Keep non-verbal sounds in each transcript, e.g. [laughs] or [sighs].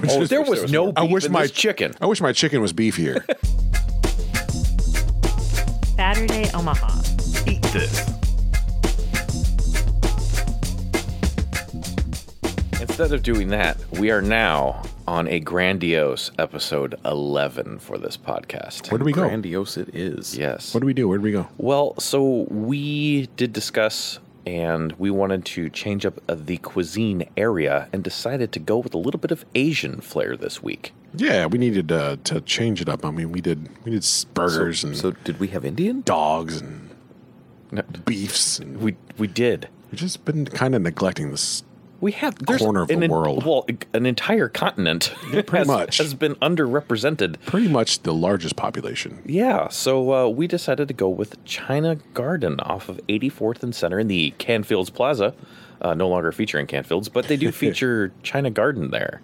[laughs] Oh, there was no beef I wish in my this chicken. I wish my chicken was [laughs] beefier. Saturday, Omaha. Eat this. Instead of doing that, we are now on a grandiose episode 11 for this podcast. Where do we go? Grandiose it is. Yes. What do we do? Where do we go? Well, so we did discuss and we wanted to change up uh, the cuisine area and decided to go with a little bit of Asian flair this week. Yeah, we needed uh, to change it up. I mean, we did we did s- burgers and So did we have Indian? dogs and No. beefs. And We we did. we've just been kind of neglecting this. We have Corner of an the en- world. Well, an entire continent has, much. has been underrepresented. Pretty much the largest population. [laughs] Yeah, so uh, we decided to go with China Garden off of 84th and Center in the Canfields Plaza. Uh, no longer featuring Canfields, but they do feature China Garden there.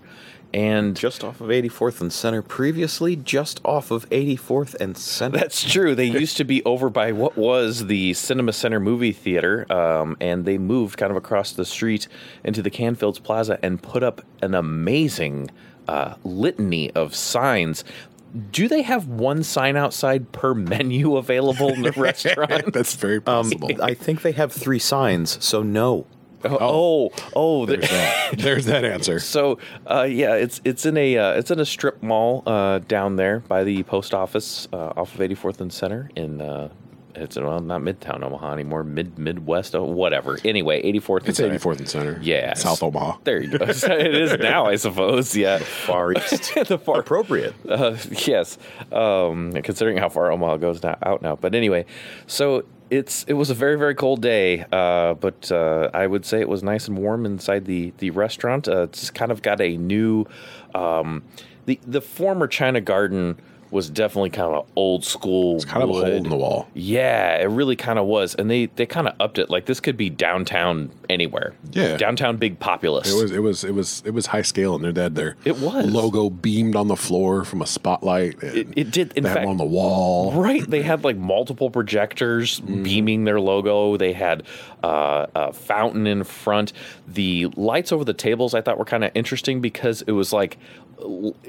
And [laughs] Just off of 84th and Center. Previously, just off of 84th and Center. that's true. They used to be over by what was the Cinema Center movie theater, um, and they moved kind of across the street into the Canfields Plaza and put up an amazing uh, litany of signs. Do they have one sign outside per [laughs] menu available in the restaurant? That's Um, very [laughs] possible. Um, [laughs] I think they have three signs, so no. Oh, oh, the- There's [laughs] that. There's that answer. so uh, yeah, it's it's in a uh, it's in a strip mall uh, down there by the post office uh, off of 84th and Center in. Uh, it's well, not Midtown Omaha anymore. Mid Midwest, oh, whatever. Anyway, 84th. It's and Center. 84th and Center. Yeah, South Omaha. There you go. [laughs] So it is now, I suppose. Yeah, far east. [laughs] the far Appropriate. uh, [laughs] yes, um, considering how far Omaha goes now, out now. But anyway, so it's it was a very very cold day, uh, but uh, I would say it was nice and warm inside the the restaurant. Uh, it's kind of got a new, um, the the former China Garden was definitely kind of old school. It's kind of a hole in the wall. Yeah, it really kind of was, and they they kind of upped it. Like this could be downtown anywhere. Yeah. downtown big populace. It was it was it was it was high scale, and they had their It was. logo beamed on the floor from a spotlight. and It- it did, in they had fact- one on the wall. Right. They had like multiple projectors beaming their logo. They had uh, a fountain in front. The lights over the tables I thought were kind of interesting because it was like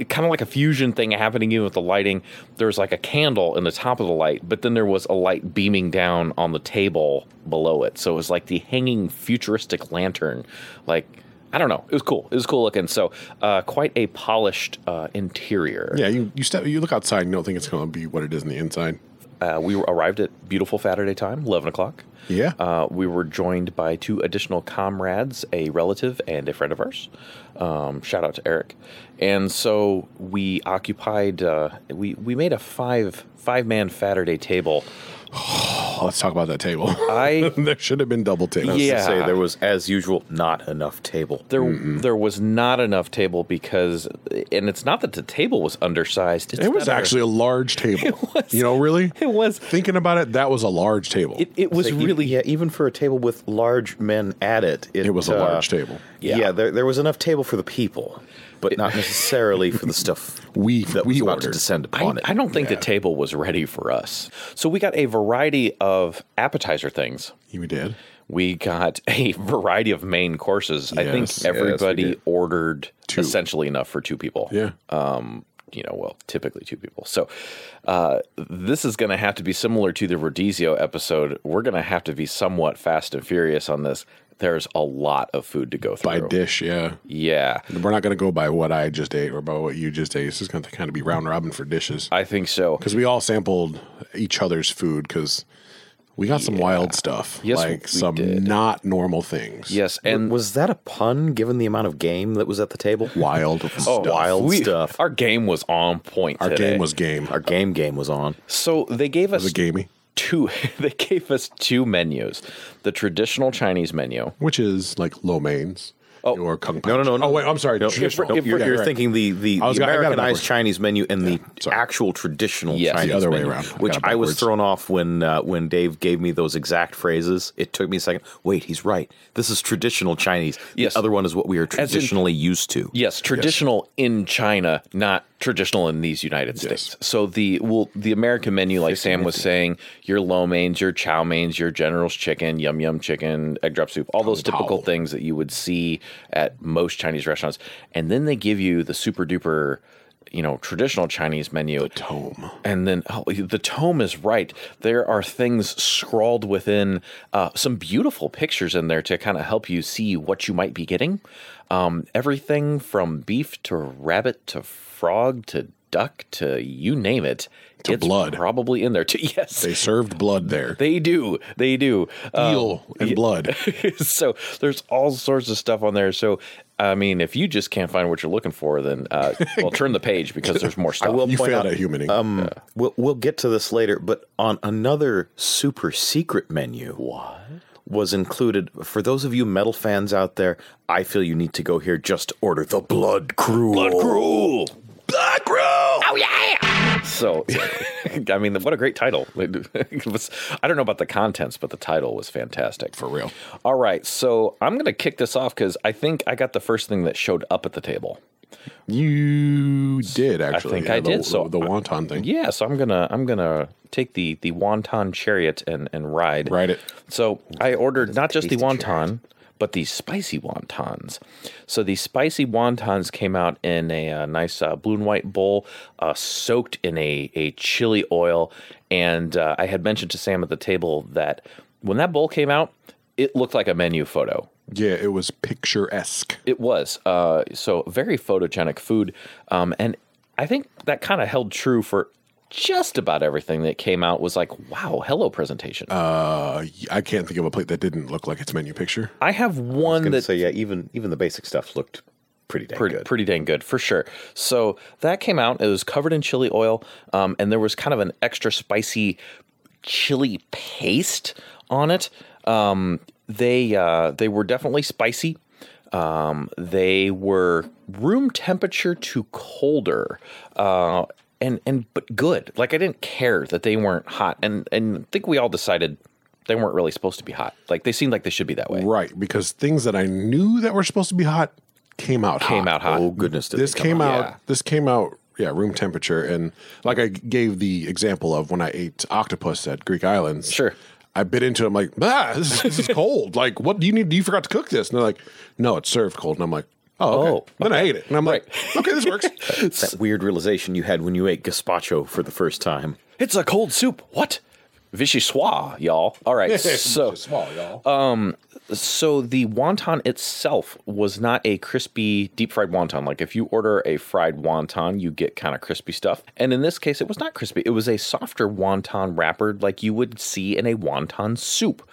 kind of like a fusion thing happening even with the lighting. There was like a candle in the top of the light, but then there was a light beaming down on the table below it. So it was like the hanging futuristic lantern. Like, I don't know. It was cool. It was cool looking. So, uh, quite a polished uh, interior. Yeah, you you step you look outside and you don't think it's going to be what it is on the inside. Uh, we arrived at beautiful Saturday time, 11 o'clock. Yeah. Uh, we were joined by two additional comrades, a relative and a friend of ours. Um, shout out to Eric. And so we occupied, uh, we, we made a five five man Saturday table. Oh, let's talk about that table. [laughs] I there should have been double tables. Yeah. Say there was, as usual, not enough table. there there was not enough table because, and it's not that the table was undersized. It's It was that our- actually a large [laughs] table. You know, really? it was Thinking about it, that was a large table. it, it was Like, e- really yeah, even for a table with large men at it, it, It was a uh, large table. Yeah, there, there was enough table for the people, but not necessarily for the stuff [laughs] We- that we was about ordered. to descend I, upon it. I don't think the table was ready for us. So we got a variety of appetizer things. You did. We got [laughs] a variety of main courses. I Yes. think everybody did. ordered essentially enough for two people. Yeah. Um, you know, well, typically two people. So uh, this is going to have to be similar to the Rodizio episode. We're going to have to be somewhat fast and furious on this. There's a lot of food to go By through. dish, yeah. yeah. We're not going to go by what I just ate or by what you just ate. This is going to kind of be round robin for dishes. I think so. Because we all sampled each other's food because we got some wild stuff. Yes, like we some did. not normal things. Yes. And was that a pun given the amount of game that was at the table? [laughs] Wild stuff. wild we- stuff. Our game was on point. Our Oh, today. game was game. Our game game was on. So they gave us was it gamey? two. [laughs] They gave us two menus: the traditional Chinese menu. Which is like lo mains or kung pao. no, no, no. Oh, wait, I'm sorry. traditional. Nope, you're Yeah, you're right. thinking the, the, I was the got- I got it Americanized backwards. Chinese menu and the sorry. actual traditional Yes. The Chinese other way menu, around. I which got it I was backwards. thrown off when uh, when Dave gave me those exact phrases. It took me a second. Wait, he's right. This is traditional Chinese. The Yes. other one is what we are in- traditionally used to. Yes, traditional in China, not traditional in these United Yes. States. So the well, the American menu, like Sam was saying, your lo mains, your chow mains, your General's chicken, yum yum chicken, egg drop soup, all those typical pow. things that you would see at most Chinese restaurants, and then they give you the super duper. You know, traditional Chinese menu. Tome. And then oh, the tome is right. There are things scrawled within uh, some beautiful pictures in there to kind of help you see what you might be getting. Um, everything from beef to rabbit to frog to duck to you name it. To it's blood. probably in there. To [laughs] yes, They served blood there. they do. They do. Um, Eel and blood. [laughs] so there's all sorts of stuff on there. So I mean, if you just can't find what you're looking for, then uh, well, turn the page because there's more stuff. will You point failed out- at humaning. Um, we'll we'll get to this later, but on another super secret menu, what was included for those of you metal fans out there? I feel you need to go here just to order the blood cruel. Blood Cruel. Blood cruel. So, [laughs] I mean, what a great title. [laughs] It was- I don't know about the contents, but the title was fantastic. For real. All right. So, I'm going to kick this off because I think I got the first thing that showed up at the table. you did actually. think yeah, I the, did, The, so the wonton thing. Yeah. So, I'm going to, I'm going to take the, the wonton chariot and, and ride. Ride it. So, I ordered not just the tasty wonton, chariot. but the spicy wontons. So the spicy wontons came out in a, uh nice uh, blue and white bowl, uh, soaked in a, a chili oil. And uh, I had mentioned to Sam at the table that when that bowl came out, it looked like a menu photo. Yeah, it was picturesque. It was. Uh, so very photogenic food. Um, and I think that kind of held true for just about everything that came out was like, wow, hello presentation. Uh, I can't think of a plate that didn't look like its menu picture. I have one Gonna that say yeah, even even the basic stuff looked pretty dang pretty, good. pretty dang good for sure. So that came out. It was covered in chili oil, um, and there was kind of an extra spicy chili paste on it. Um, they uh, they were definitely spicy. Um, they were room temperature to colder. Uh, and, and but good. Like I didn't care that they weren't hot, and and I think we all decided they weren't really supposed to be hot. Like they seemed like they should be that way. Right, because things that I knew that were supposed to be hot came out Came out hot. Oh goodness, did this they come came out, Yeah. this came out yeah room temperature and like i gave the example of when i ate octopus at greek islands Sure. i bit into it i'm like ah this is, this is cold [laughs] like what do you need you forgot to cook this and they're like no it's served cold and i'm like oh, okay. Oh, then i ate it and i'm like okay this [laughs] works That weird realization you had when you ate gazpacho for the first time. It's a cold soup. What? Vichyssoise, y'all. All [laughs] right. So, small y'all so the wonton itself was not a crispy deep fried wonton. Like if you order a fried wonton, you get kind of crispy stuff. And in this case, it was not crispy. It was a softer wonton wrappered, like you would see in a wonton soup,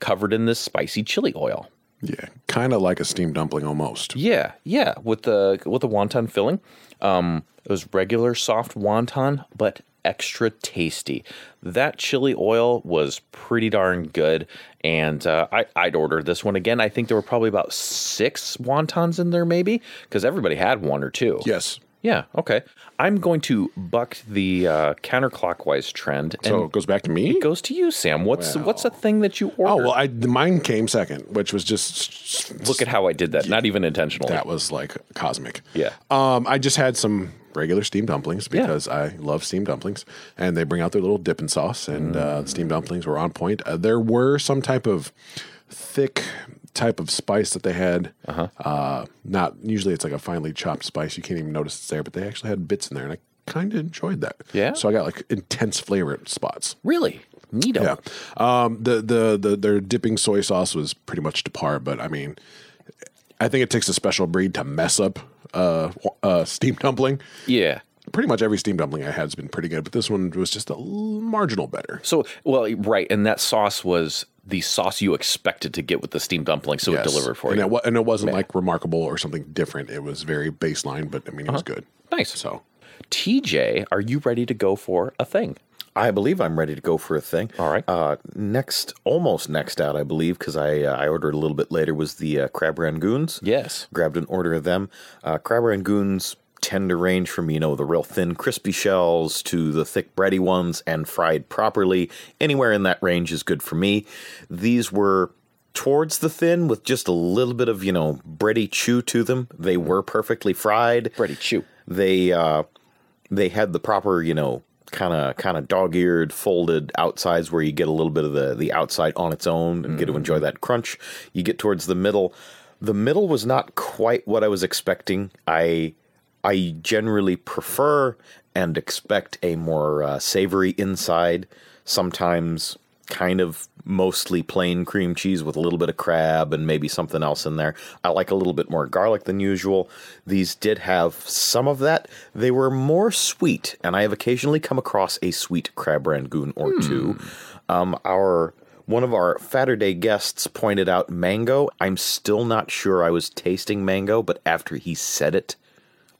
covered in this spicy chili oil. yeah kind of like a steamed dumpling almost Yeah, yeah, with the with the wonton filling. Um, it was regular soft wonton, but extra tasty. That chili oil was pretty darn good, and uh, I, I'd order this one again. I think there were probably about six wontons in there, maybe, because everybody had one or two. yes Yeah. Okay. I'm going to buck the uh, counterclockwise trend, and so it goes back to me it goes to you, Sam. What's what's a thing that you ordered? oh well i mine came second which was just Look at how I did that. Not even intentional. that was like cosmic. Yeah. Um, I just had some regular steamed dumplings because I love steamed dumplings, and they bring out their little dipping sauce, and uh, steamed dumplings were on point. Uh, there were some type of thick type of spice that they had. Uh-huh. not usually it's like a finely chopped spice. You can't even notice it's there, but they actually had bits in there, and I kind of enjoyed that. Yeah? So I got like intense flavor spots. Really? Neato. Yeah. Um, the, the the their dipping soy sauce was pretty much to par, but I mean, I think it takes a special breed to mess up uh, uh steam dumpling. Yeah. Pretty much every steam dumpling I had has been pretty good, but this one was just a l- marginal better. So, well, right, and that sauce was the sauce you expected to get with the steamed dumpling, so it delivered for and you. It, wa- and it wasn't like remarkable or something different. It was very baseline, but I mean, it was Uh-huh. good. Nice. So TJ, are you ready to go for a thing? I believe I'm ready to go for a thing. All right. Uh, next, almost next out, I believe, because I uh, I ordered a little bit later was the uh, crab rangoons. Yes. Grabbed an order of them. Uh, crab rangoons tend to range from you know the real thin, crispy shells to the thick, bready ones, and fried properly. Anywhere in that range is good for me. These were towards the thin with just a little bit of you know bready chew to them. They were perfectly fried Ready, chew. they uh, they had the proper, you know, kind of kind of dog-eared folded outsides where you get a little bit of the the outside on its own and get to enjoy that crunch. You get towards the middle. The middle was not quite what I was expecting. I I generally prefer and expect a more uh, savory inside, sometimes kind of mostly plain cream cheese with a little bit of crab and maybe something else in there. I like a little bit more garlic than usual. These did have some of that. They were more sweet, and I have occasionally come across a sweet crab rangoon or Hmm. two. Um, our one of our Saturday guests pointed out mango. I'm still not sure I was tasting mango, but after he said it,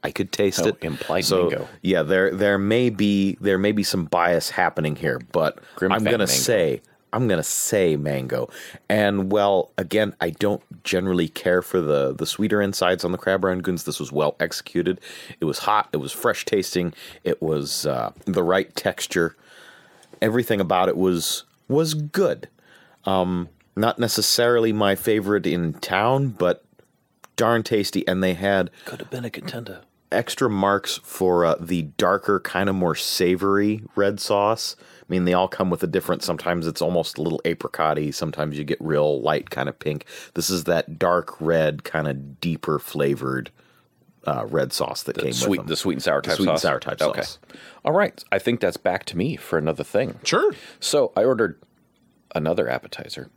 I could taste Oh, it. implied so, mango. Yeah, there there may be there may be some bias happening here, but Grim I'm fat gonna mango. say I'm gonna say mango. And well, again, I don't generally care for the the sweeter insides on the crab rangoons. This was well executed. It was hot. It was fresh tasting. It was uh, the right texture. Everything about it was was good. Um, not necessarily my favorite in town, but darn tasty. And they had Could have been a contender. extra marks for uh, the darker, kind of more savory red sauce. I mean, they all come with a different. Sometimes it's almost a little apricotty. Sometimes you get real light, kind of pink. This is that dark red, kind of deeper flavored uh, red sauce that came with Sweet, them. the sweet and sour type sweet and sauce. sour type sauce. All right. I think that's back to me for another thing. Sure. So I ordered another appetizer.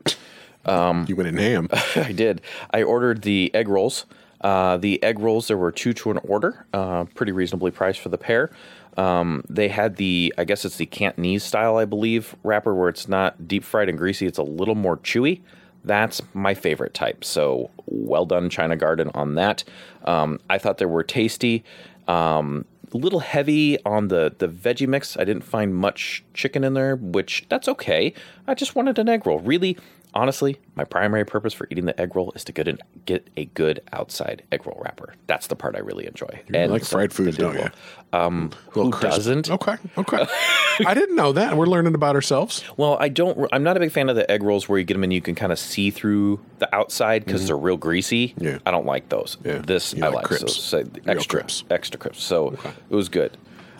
Hmm. You went in [laughs] ham. I did. I ordered the egg rolls. Uh, the egg rolls, there were two to an order, uh, pretty reasonably priced for the pair. Um, they had the, I guess it's the Cantonese style, I believe, wrapper where it's not deep fried and greasy. It's a little more chewy. That's my favorite type. So well done, China Garden, on that. Um, I thought they were tasty. Um, a little heavy on the the veggie mix. I didn't find much chicken in there, which that's okay. I just wanted an egg roll. Really, honestly, my primary purpose for eating the egg roll is to get an, get a good outside egg roll wrapper. That's the part I really enjoy. You like fried foods, don't you? Um, who Little crisp. doesn't? Okay. Okay. [laughs] I didn't know that. We're learning about ourselves. Well, I don't. I'm not a big fan of the egg rolls where you get them and you can kind of see through the outside because they're real greasy. Mm-hmm. Yeah. I don't like those. Yeah. This You I like like. So, crisps. so Real extra crisps. extra crisps. So it was good.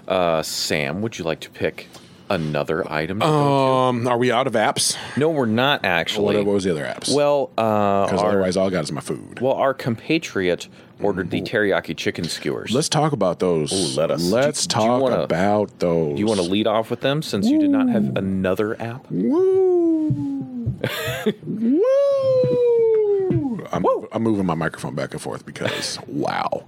Uh, Sam, would you like to pick another item? to go Um, are we out of apps? to? No, we're not What, actually. what was the other apps? well, uh, because our, otherwise, all I got is my food. well, our compatriot ordered the teriyaki chicken skewers. Let's talk about those. let us. Let's you talk wanna- about those. you want to lead off with them since you did not have another app? [laughs] Woo! Woo! I'm, I'm moving my microphone back and forth because wow.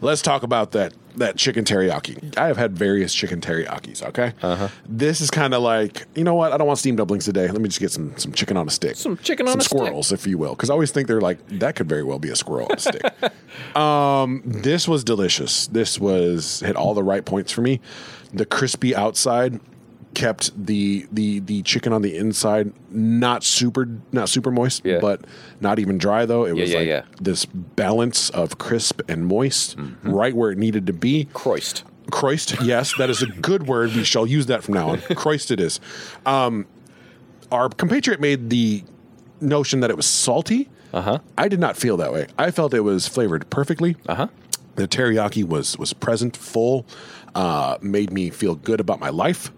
Let's talk about that that chicken teriyaki. I have had various chicken teriyakis. Okay, uh-huh. this is kind of like you know what? I don't want steamed dumplings today. Let me just get some some chicken on a stick, Some chicken on a stick. squirrels, if you will, because I always think they're like that could very well be a squirrel on a stick. [laughs] um, this was delicious. This was hit all the right points for me. The crispy outside kept the the the chicken on the inside not super not super moist, Yeah. but not even dry though. It was yeah, like yeah. this balance of crisp and moist, Mm-hmm. right where it needed to be. Croist. Christ, yes, that is a good word. We shall use that from now on. Christ, it is. Um, our compatriot made the notion that it was salty. Uh huh. I did not feel that way. I felt it was flavored perfectly. Uh huh. The teriyaki was was present, full, uh, made me feel good about my life.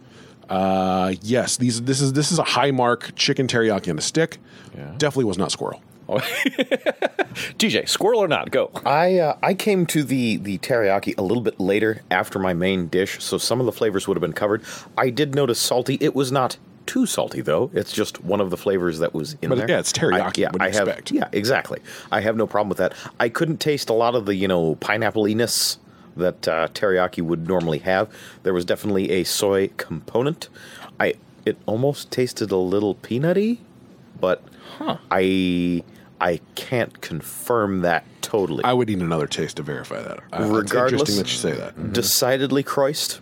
Uh, yes, these this is this is a high mark chicken teriyaki on a stick. Definitely was not squirrel. DJ, squirrel or not? Go. I uh, I came to the the teriyaki a little bit later after my main dish, so some of the flavors would have been covered. I did notice salty. It was not too salty though. It's just one of the flavors that was in But, there. yeah, it's teriyaki. I, yeah, What do I you have. expect? Yeah, exactly. I have no problem with that. I couldn't taste a lot of the you know pineappliness that uh, teriyaki would normally have. There was definitely a soy component. I it almost tasted a little peanutty, but I I can't confirm that totally. I would need another taste to verify that. Uh, it's interesting Regardless- that you say that. Mm-hmm. decidedly croist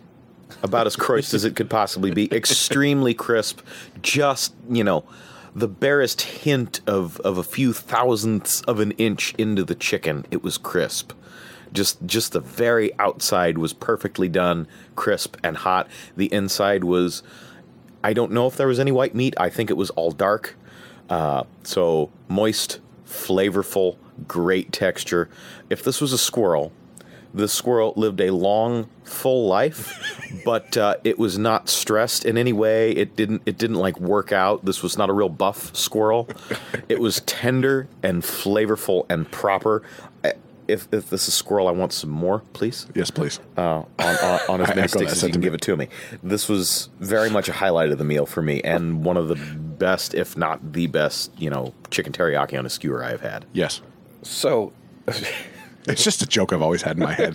about as croist as it could possibly be [laughs] extremely crisp just you know the barest hint of of a few thousandths of an inch into the chicken it was crisp just just the very outside was perfectly done crisp and hot the inside was i don't know if there was any white meat i think it was all dark uh, so moist flavorful great texture if this was a squirrel The squirrel lived a long, full life, but uh, it was not stressed in any way. It didn't. It didn't like work out. This was not a real buff squirrel. It was tender and flavorful and proper. I- If, if this is squirrel, I want some more, please Yes, please. uh, [laughs] on, on, on as I echo many that sticks as you can give it to me. This was very much a highlight of the meal for me, and one of the best, if not the best, you know, chicken teriyaki on a skewer I have had. yes. So It's just a joke I've always had in my head.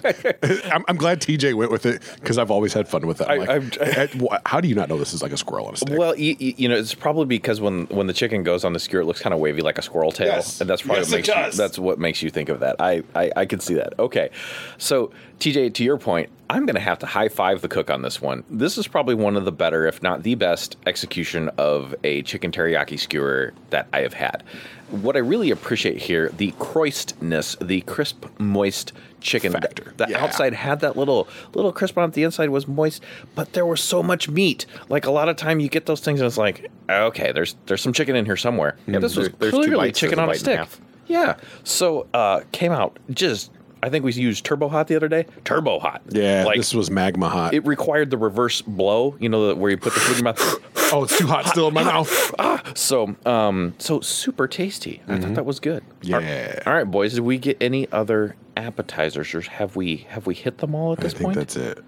I'm, I'm glad TJ went with it because I've always had fun with that. I- Like, [laughs] I'm- eh, wh- how do you not know this is like a squirrel on a stick? Well, you, you know, it's probably because when when the chicken goes on the skewer, it looks kind of wavy like a squirrel tail, Yes. and that's probably Yes, what it makes you- does. that's what makes you think of that. I, I I can see that. Okay, so TJ, to your point, I'm going to have to high five the cook on this one. This is probably one of the better, if not the best, execution of a chicken teriyaki skewer that I have had. What I really appreciate here, the croistness, the crisp, moist chicken Factor. The, the Yeah. outside had that little little crisp on it. The inside was moist, but there was so much meat. Like a lot of time, you get those things, and it's like, okay, there's there's some chicken in here somewhere. this was there- there's two clearly bites, chicken there's a on a bite and a stick. half. yeah. So uh, came out just. I think we used Turbo Hot the other day. Turbo Hot. yeah, Like this was magma hot. it required the reverse blow. You know, the- where you put the food in your mouth. [laughs] oh, it's too hot still in my mouth. So, um, so super tasty. I thought that was good. All- Mm-hmm. Yeah. All right, boys. Did we get any other appetizers, or have we have we hit them all at I this think point? that's it.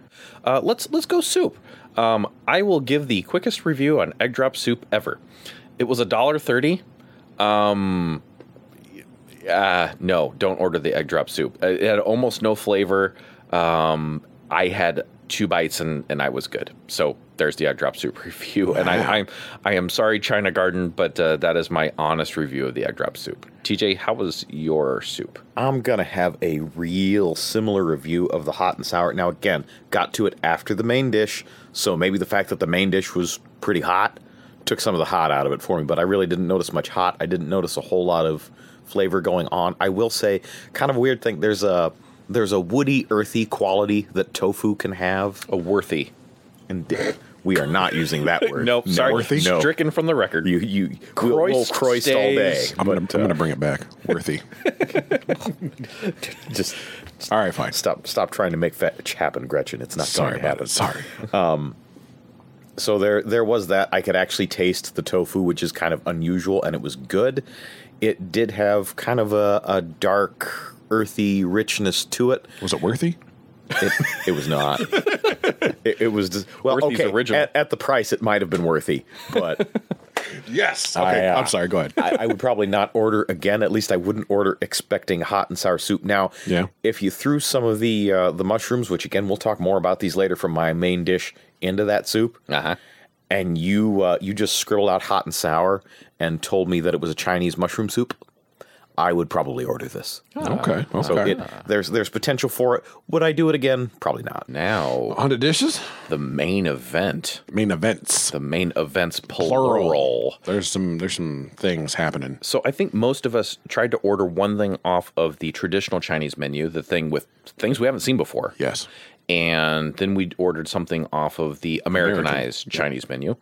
Uh, let's let's go soup. Um, I will give the quickest review on egg drop soup ever. It was a dollar thirty. Um, uh, no, don't order the egg drop soup. It had almost no flavor. Um, I had two bites and and I was good. So there's the egg drop soup [laughs] review. And I, I'm I am sorry, China Garden, but uh, that is my honest review of the egg drop soup. TJ, how was your soup? I'm gonna have a real similar review of the hot and sour. Now, again, got to it after the main dish, so maybe the fact that the main dish was pretty hot took some of the hot out of it for me. But I really didn't notice much hot. I didn't notice a whole lot of flavor going on. I will say, kind of a weird thing. There's a there's a woody, earthy quality that tofu can have. A worthy. And di- we are not using that word. Nope, sorry, worthy? No. stricken from the record. You you we'll, we'll Croist croist all day. stays. I'm gonna, I'm gonna bring it back. Worthy. Just All right, fine. stop stop trying to make fetch happen, Gretchen. It's not Sorry going to happen. about it. Sorry. so there there was that i could actually taste the tofu which is kind of unusual and it was good it did have kind of a, a dark earthy richness to it Was it worthy? it, it was not it, it was just, well Worthy's okay original. At, at the price it might have been worthy but Yes. I, Okay. uh, I'm sorry. Go ahead. I, I would probably not order again. At least I wouldn't order expecting hot and sour soup. Now, Yeah. if you threw some of the uh, the mushrooms, which again we'll talk more about these later from my main dish, into that soup, Uh-huh. and you uh, you just scribbled out hot and sour and told me that it was a Chinese mushroom soup, I would probably order this. okay. Okay. So it, there's there's potential for it. Would I do it again? Probably not. Now, Hundred dishes. the main event. Main events. The main events plural. Plural. There's some. There's some things happening. So I think most of us tried to order one thing off of the traditional Chinese menu, the thing with things we haven't seen before. Yes. And then we ordered something off of the Americanized Chinese menu.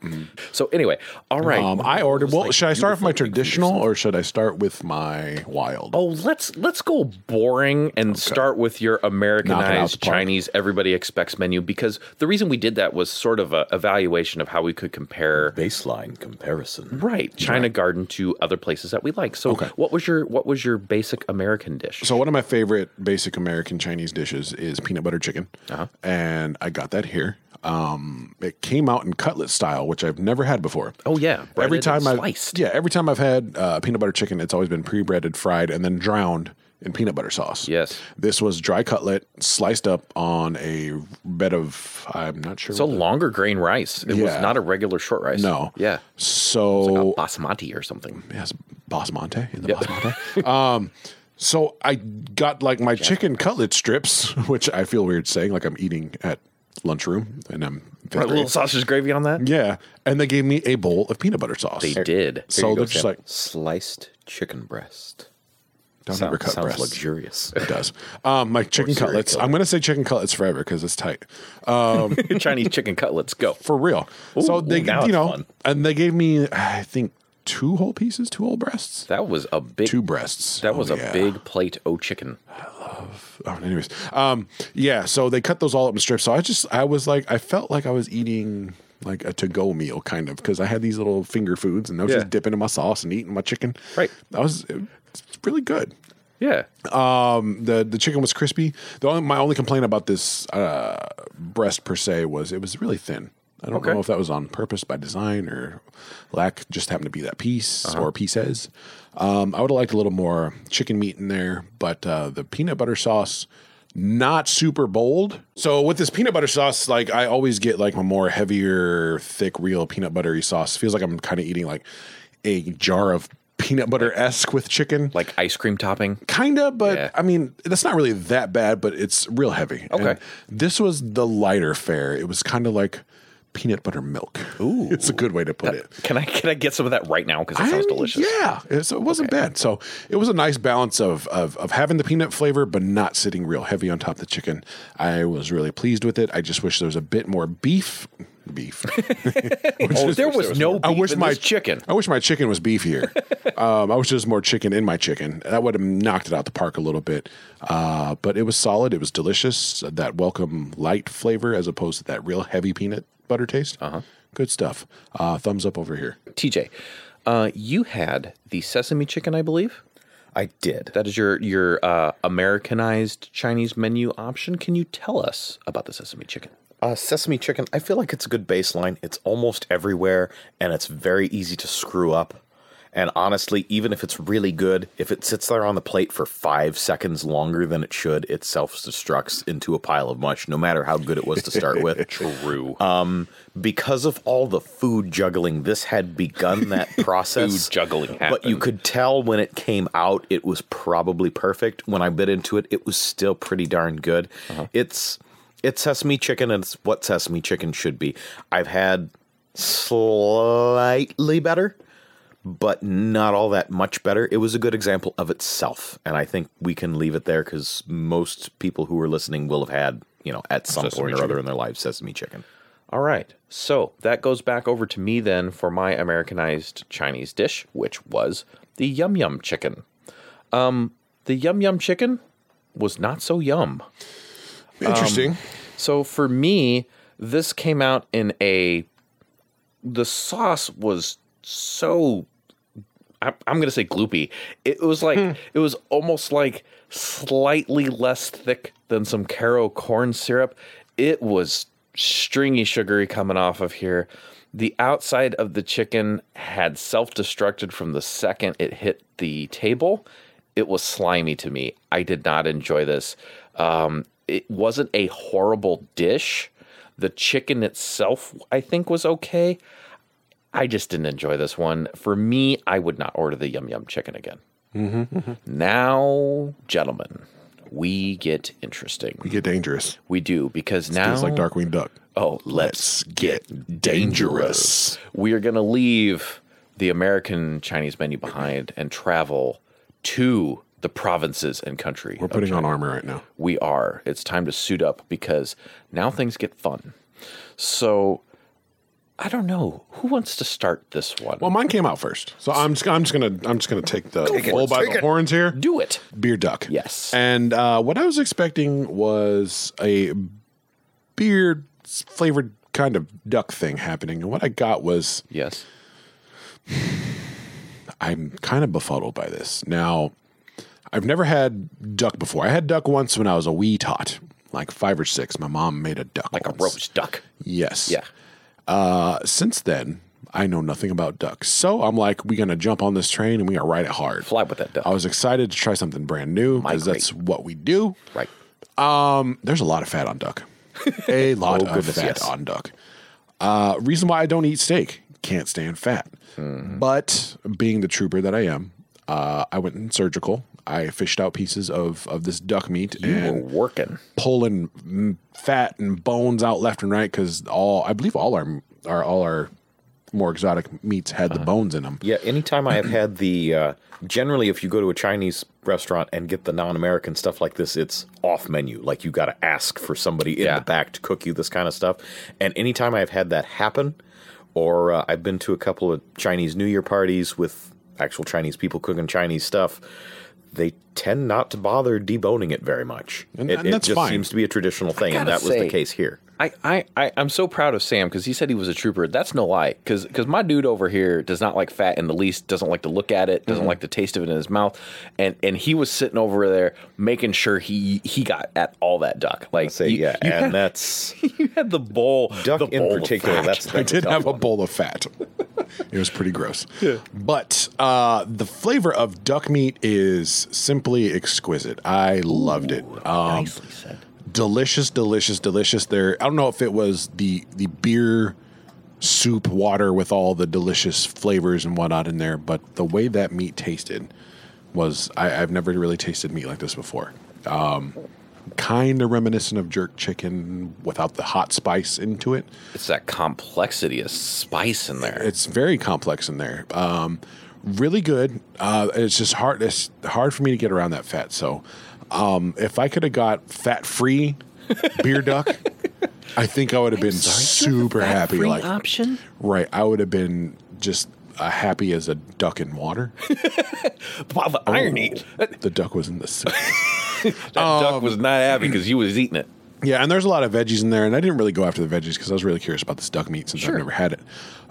So anyway, all right. Mm-hmm. Um, I ordered. Well, should I start with my traditional or should I start with my wild? oh, let's let's go boring and start with your Americanized the park. Chinese everybody expects menu because the reason we did that was sort of a evaluation of how we could compare Baseline comparison. Right, China Garden to other places that we like. So, Okay. what was your what was your basic American dish? So one of my favorite basic American Chinese dishes is peanut butter chicken, Uh-huh. and I got that here. Um, it came out in cutlet style, which I've never had before. oh yeah, every breaded time and I sliced. yeah, every time I've had uh, peanut butter chicken, it's always been pre-breaded, fried, and then drowned in peanut butter sauce. Yes. this was dry cutlet sliced up on a bed of I'm not sure. So what longer grain rice. It was Yeah. not a regular short rice. No. Yeah. the- so Basmati or something. yes, Basmonte in the Basmonte. um, so I got like my chicken cutlet strips, [laughs] which I feel weird saying, like I'm eating at lunchroom and I'm fifth Right, a grade. little sausage gravy on that. yeah, and they gave me a bowl of peanut butter sauce. They did. so they're just like Sliced chicken breast. don't Sound- ever cut sounds breasts. [laughs] luxurious. It does. Um, my chicken serial cutlets. killer. I'm gonna say chicken cutlets forever because it's tight. Uh, Chinese chicken cutlets. Go. for real. so Ooh, they, now you it's know, fun. and they gave me, I think, two whole pieces, two whole breasts, That was a big. two breasts. that was Oh, a yeah. big plate o chicken. Oh, anyways, um, yeah. So they cut those all up in strips. So I just, I was like, I felt like I was eating like a to-go meal, kind of, because I had these little finger foods, and I was Yeah. just dipping in my sauce and eating my chicken. Right. I was. It's really good. Yeah. Um, the the chicken was crispy. The only, my only complaint about this uh, breast per se was it was really thin. I don't Okay. know if that was on purpose by design or lack just happened to be that piece or pieces. Um, I would have liked a little more chicken meat in there, but uh, the peanut butter sauce not super bold. So with this peanut butter sauce, like I always get like a more heavier, thick, real peanut buttery sauce. Feels like I'm kind of eating like a jar of peanut butter esque with chicken Like ice cream topping. kind of but Yeah. i mean that's not really that bad but it's real heavy Okay. And this was the lighter fare it was kind of like peanut butter milk ooh [laughs] it's a good way to put it Can I can I get some of that right now? Because it sounds I mean, delicious. yeah it, so it wasn't bad so it was a nice balance of, of of having the peanut flavor but not sitting real heavy on top of the chicken i was really pleased with it i just wish there was a bit more beef beef Oh, there was no. Beef I wish in my this chicken. I wish my chicken was [laughs] beefier. um, I wish there was more chicken in my chicken. That would have knocked it out the park a little bit. Uh, but it was solid. It was delicious. That welcome light flavor as opposed to that real heavy peanut butter taste. Uh-huh. Good stuff. Uh, thumbs up over here. TJ, uh, you had the sesame chicken, I believe. I did. That is your your uh, Americanized Chinese menu option. Can you tell us about the sesame chicken? Uh, sesame chicken, I feel like it's a good baseline. It's almost everywhere and it's very easy to screw up. And honestly, even if it's really good, if it sits there on the plate for five seconds longer than it should, it self destructs into a pile of mush, no matter how good it was to start with. True. Uh, Um, because of all the food juggling, this had begun that [laughs] process. Food juggling But you happened. could tell when it came out, it was probably perfect. When I bit into it, it was still pretty darn good. Uh-huh. It's it's sesame chicken, and it's what sesame chicken should be. I've had slightly better, but not all that much better. It was a good example of itself, and I think we can leave it there because most people who are listening will have had you know at some Sesame point or chicken. other in their lives sesame chicken. All right. So that goes back over to me then for my Americanized Chinese dish, which was the yum yum chicken. Um, the yum yum chicken was not so yum. Interesting. So for me, this came out in a. The sauce was so. I'm, I'm gonna say gloopy. It was like it was almost like slightly less thick than some Caro corn syrup. It was stringy, sugary coming off of here. The outside of the chicken had self-destructed from the second it hit the table it was slimy to me. I did not enjoy this. Um, it wasn't a horrible dish. The chicken itself, I think, was okay. I just didn't enjoy this one. For me, I would not order the yum yum chicken again. Now, gentlemen, we get interesting. You get dangerous. We do because now It's like Darkwing Duck. Oh, let's get dangerous. We are going to leave the American Chinese menu behind and travel to the provinces and country. We're putting on armor right now. We are. It's time to suit up because now things get fun. So I don't know who wants to start this one. Well, mine came out first, so I'm just I'm just gonna I'm just gonna take the bull by the horns here. do it. beer duck. Yes. And uh, what I was expecting was a beer flavored kind of duck thing happening. And what I got was Yes. I'm kind of befuddled by this. Now, I've never had duck before. I had duck once when I was a wee tot, like five or six. My mom made a duck. Like a once. roast duck. Yes. Yeah. Uh, since then, I know nothing about ducks. So I'm like, we're going to jump on this train and we're going to ride it hard. Fly with that duck. I was excited to try something brand new because that's what we do. Right. There's a lot of fat on duck. A lot of fat on duck. Uh, reason why I don't eat steak. Can't stand fat. But being the trooper that I am, uh, I went in surgical. I fished out pieces of, of this duck meat We're and working. pulling mm, fat and bones out left and right because all I believe all our, our all our more exotic meats had the bones in them. Yeah, anytime I have had the uh, generally, if you go to a Chinese restaurant and get the non-American stuff like this, it's off menu. Like you got to ask for somebody in Yeah. the back to cook you this kind of stuff. And anytime I've had that happen, Or uh, I've been to a couple of Chinese New Year parties with actual Chinese people cooking Chinese stuff. They tend not to bother deboning it very much. And- it and it that's just fine. seems to be a traditional thing, and gotta that was say- the case here. I, I, I, I'm so proud of Sam because he said he was a trooper. That's no lie. Because my dude over here does not like fat in the least, doesn't like to look at it, doesn't like the taste of it in his mouth. And and he was sitting over there making sure he he got at all that duck. Like, Say you- yeah, [laughs] you and had, that's you had the bowl. duck the in bowl of particular. fat. That's, that's I a did tough have a one. bowl of fat. [laughs] it was pretty gross. But uh, the flavor of duck meat is simply exquisite. I loved it. Um, Nicely said. delicious, delicious, delicious. There, I don't know if it was the the beer soup water with all the delicious flavors and whatnot in there, but the way that meat tasted was I, I've never really tasted meat like this before. Um, kind of reminiscent of jerk chicken without the hot spice into it. It's that complexity of spice in there. It's very complex in there. Um, really good. Uh, it's just hard. It's hard for me to get around that fat. So, um, if I could have got fat [laughs] free beer duck, I think I would have been super happy. Like, option. right, I would have been just uh, happy as a duck in water. Wow, the [laughs] irony. That, the duck was in the soup. that duck was not happy because he was eating it. Yeah, and there's a lot of veggies in there, and I didn't really go after the veggies because I was really curious about this duck meat since I've never had it.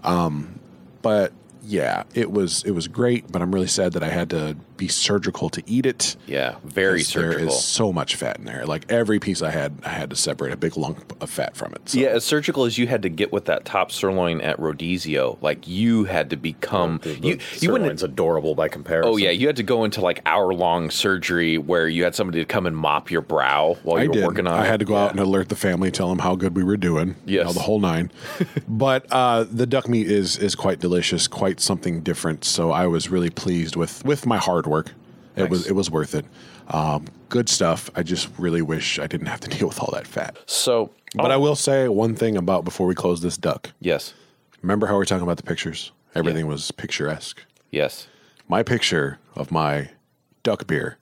Um, but yeah, it was it was great, but I'm really sad that I had to be surgical to eat it. Yeah, very 'Cause there surgical. is so much fat in there. Like every piece I had, I had to separate a big lump of fat from it. So. Yeah, as surgical as you had to get with that top sirloin at Rodizio, like you had to become you. You wouldn't. Sirloin's adorable by comparison. Oh yeah, you had to go into like hour long surgery where you had somebody to come and mop your brow while you I were did. working on. I it. had to go out and alert the family, tell them how good we were doing. you know, Yes. the whole [laughs] nine. but uh, the duck meat is is quite delicious, quite something different. So I was really pleased with with my hard work. It was it was worth it. Um, good stuff. I just really wish I didn't have to [laughs] deal with all that fat. So, oh, But I will say one thing about before we close this duck. yes, Remember how we are talking about the pictures? Everything was picturesque. yes, My picture of my duck beer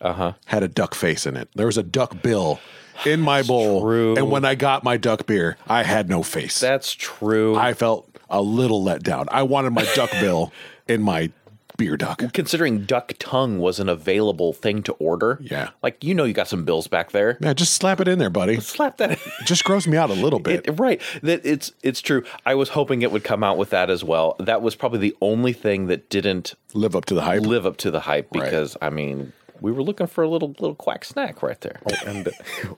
had a duck face in it. There was a duck bill in my bowl. true. And when I got my duck beer, I had no face. that's true. I felt a little let down. I wanted my duck bill in my beer duck. Considering duck tongue was an available thing to order, Yeah. like you know, you got some bills back there. Yeah, just slap it in there, buddy. Slap [laughs] that. Just gross me out a little bit. It- [laughs] right. That it's it's true. I was hoping it would come out with that as well. That was probably the only thing that didn't Live up to the hype. live up to the hype Right. because I mean we were looking for a little little quack snack right there. and